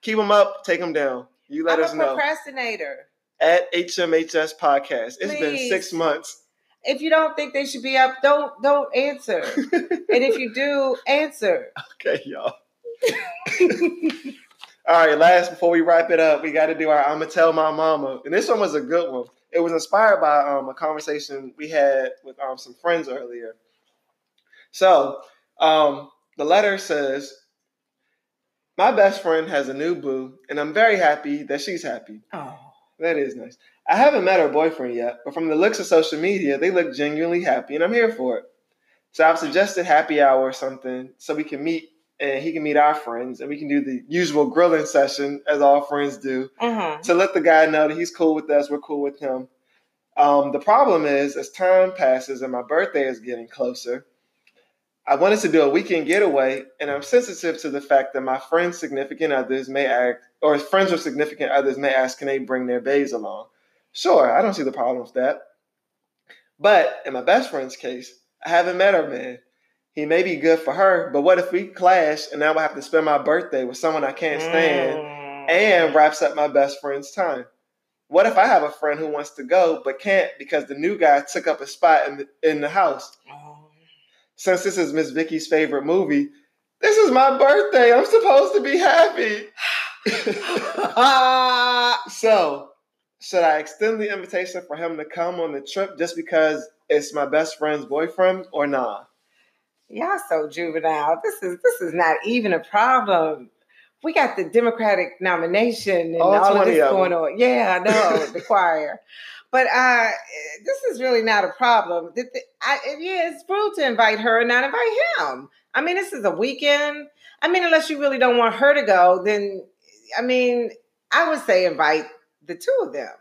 Speaker 4: keep them up, take them down. You let
Speaker 2: I'm
Speaker 4: us
Speaker 2: a
Speaker 4: know
Speaker 2: procrastinator.
Speaker 4: at HMHS Podcast. It's been
Speaker 2: Please.
Speaker 4: six months.
Speaker 2: If you don't think they should be up, don't don't answer. and if you do, answer.
Speaker 4: Okay, y'all. All right, last before we wrap it up, we got to do our "I'ma tell my mama," and this one was a good one. it was inspired by um, a conversation we had with um, some friends earlier. So um, the letter says, "My best friend has a new boo, and I'm very happy that she's happy.
Speaker 2: Oh,
Speaker 4: That is nice. I haven't met her boyfriend yet, but from the looks of social media, they look genuinely happy, and I'm here for it. So I've suggested happy hour or something so we can meet." And he can meet our friends, and we can do the usual grilling session as all friends do
Speaker 2: uh-huh.
Speaker 4: to let the guy know that he's cool with us, we're cool with him. Um, the problem is, as time passes and my birthday is getting closer, I wanted to do a weekend getaway, and I'm sensitive to the fact that my friends' significant others may act, or friends with significant others may ask, can they bring their babes along? Sure, I don't see the problem with that. But in my best friend's case, I haven't met her man. He may be good for her, but what if we clash and now I have to spend my birthday with someone I can't
Speaker 2: Mm.
Speaker 4: stand? and wraps up my best friend's time. What if I have a friend who wants to go but can't because the new guy took up a spot in the, in the house?
Speaker 2: Oh.
Speaker 4: Since this is Miss Vicky's favorite movie, this is my birthday. I'm supposed to be happy.
Speaker 2: Ah,
Speaker 4: So, should I extend the invitation for him to come on the trip just because it's my best friend's boyfriend or nah?
Speaker 2: y'all so juvenile. This is this is not even a problem. We got the Democratic nomination and
Speaker 4: All
Speaker 2: all, of
Speaker 4: 20
Speaker 2: this
Speaker 4: of
Speaker 2: going on. Yeah, I know the choir, but uh, this is really not a problem. Th- th- I, yeah, it's rude to invite her and not invite him. I mean, this is a weekend. I mean, unless you really don't want her to go, then I mean, I would say invite the two of them.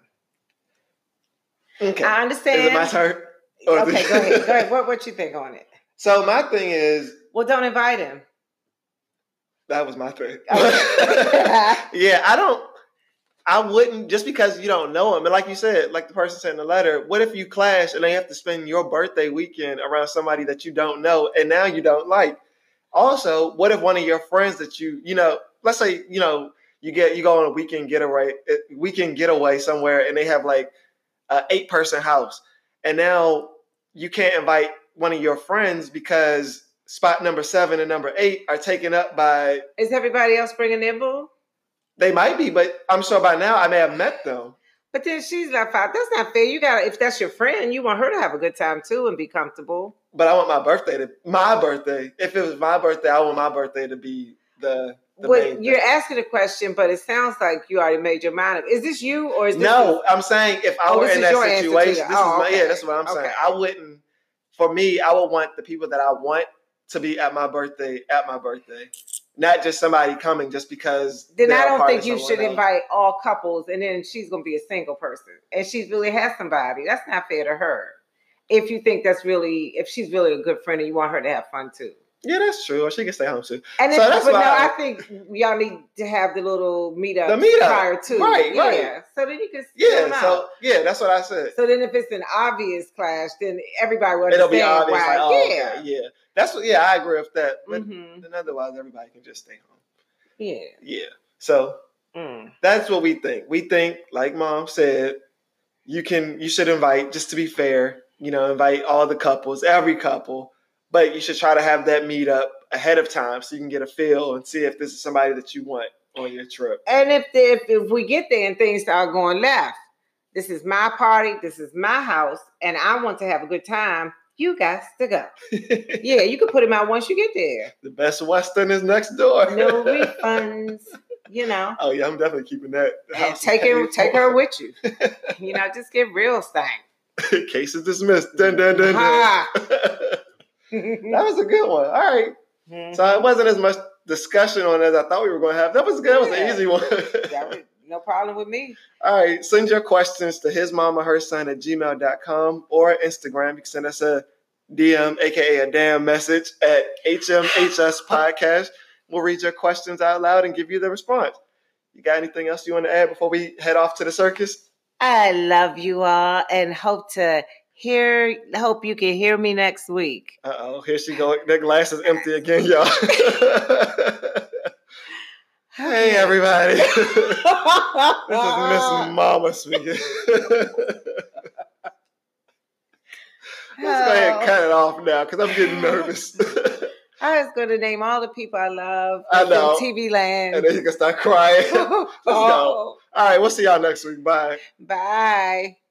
Speaker 4: Okay.
Speaker 2: I understand.
Speaker 4: Is it my turn? Or-
Speaker 2: Okay, go ahead. Go ahead. What what you think on it?
Speaker 4: So, my thing is
Speaker 2: Well, don't invite him.
Speaker 4: that was my thing.
Speaker 2: Oh.
Speaker 4: Yeah, I don't. I wouldn't just because you don't know him. And like you said, like the person sent the letter, what if you clash and they have to spend your birthday weekend around somebody that you don't know and now you don't like? Also, what if one of your friends that you, you know, let's say, you know, you get you go on a weekend getaway, eh, weekend getaway somewhere, and they have like a eight person house, and now you can't invite one of your friends because spot number seven and number eight are taken up by
Speaker 2: Is everybody else bringing their boo?
Speaker 4: they might be, but I'm sure by now I may have met them.
Speaker 2: But then she's not five. That's not fair. You got to if that's your friend, you want her to have a good time too and be comfortable.
Speaker 4: But I want my birthday to my birthday. If it was my birthday, I want my birthday to be the the
Speaker 2: Well,
Speaker 4: main
Speaker 2: you're
Speaker 4: thing.
Speaker 2: asking a question, but it sounds like you already made your mind up. Is this you or is this
Speaker 4: No, I'm saying if I
Speaker 2: Oh,
Speaker 4: were
Speaker 2: this
Speaker 4: in
Speaker 2: is
Speaker 4: that
Speaker 2: your answer to
Speaker 4: situation, this
Speaker 2: that.
Speaker 4: is
Speaker 2: Oh,
Speaker 4: my, yeah,
Speaker 2: okay.
Speaker 4: that's what I'm saying.
Speaker 2: Okay.
Speaker 4: I wouldn't. For me, I would want the people that I want to be at my birthday at my birthday, not just somebody coming just because.
Speaker 2: Then
Speaker 4: they're
Speaker 2: I
Speaker 4: a
Speaker 2: don't
Speaker 4: part of
Speaker 2: think you
Speaker 4: someone
Speaker 2: should
Speaker 4: else.
Speaker 2: invite all couples, and then she's going to be a single person, and she's really has somebody. That's not fair to her. If you think that's really, if she's really a good friend and you want her to have fun too,
Speaker 4: Yeah, that's true. Or she can stay home too.
Speaker 2: and
Speaker 4: So
Speaker 2: then,
Speaker 4: that's
Speaker 2: but no,
Speaker 4: why-
Speaker 2: I think y'all need to have the little meetup,
Speaker 4: The meetup.
Speaker 2: prior to,
Speaker 4: Right,
Speaker 2: yeah.
Speaker 4: right.
Speaker 2: So then you can, chill
Speaker 4: Yeah.
Speaker 2: out.
Speaker 4: So yeah, that's what I said.
Speaker 2: So then, if it's an obvious clash, then everybody will understand
Speaker 4: It'll be obvious.
Speaker 2: why.
Speaker 4: Like, oh,
Speaker 2: yeah,
Speaker 4: okay, Mm-hmm. yeah. That's what. Yeah, I agree with that. But
Speaker 2: Mhm.
Speaker 4: then otherwise everybody can just stay home.
Speaker 2: yeah.
Speaker 4: Yeah. So
Speaker 2: Mm.
Speaker 4: that's what we think. We think, like mom said, you can you should invite, just to be fair, you know, invite all the couples, every couple, but you should try to have that meet up ahead of time so you can get a feel and see if this is somebody that you want on your trip.
Speaker 2: And if, the, if if we get there and things start going left, this is my party. This is my house, and I want to have a good time. You guys to go. yeah, you can put him out once you get there.
Speaker 4: The best Western is next door.
Speaker 2: No refunds. You know,
Speaker 4: oh yeah, I'm definitely keeping that.
Speaker 2: and take her, take her with you. You know, just get real stank.
Speaker 4: with Case is dismissed. Dun, dun, dun, dun.
Speaker 2: Ha.
Speaker 4: that was a good one. All right. So it wasn't as much discussion on it as I thought we were going to have. That was good. That was an
Speaker 2: Yeah.
Speaker 4: easy one.
Speaker 2: That was- no problem with me.
Speaker 4: All right. Send your questions to his mama, her son at gmail.com or Instagram. You can send us a DM, aka a damn message at HMHS Podcast. We'll read your questions out loud and give you the response. You got anything else you want to add before we head off to the circus?
Speaker 2: I love you all and hope to hear hope you can hear me next week.
Speaker 4: Uh oh, here she go. That glass is empty again, y'all. hey, everybody. this is Miss Mama speaking. Let's go ahead and cut it off now because I'm getting nervous.
Speaker 2: Oh, I was going to name all the people I love
Speaker 4: I
Speaker 2: from
Speaker 4: know.
Speaker 2: TV
Speaker 4: and
Speaker 2: land.
Speaker 4: then you can start crying.
Speaker 2: Oh,
Speaker 4: All right, we'll see y'all next week. Bye.
Speaker 2: Bye.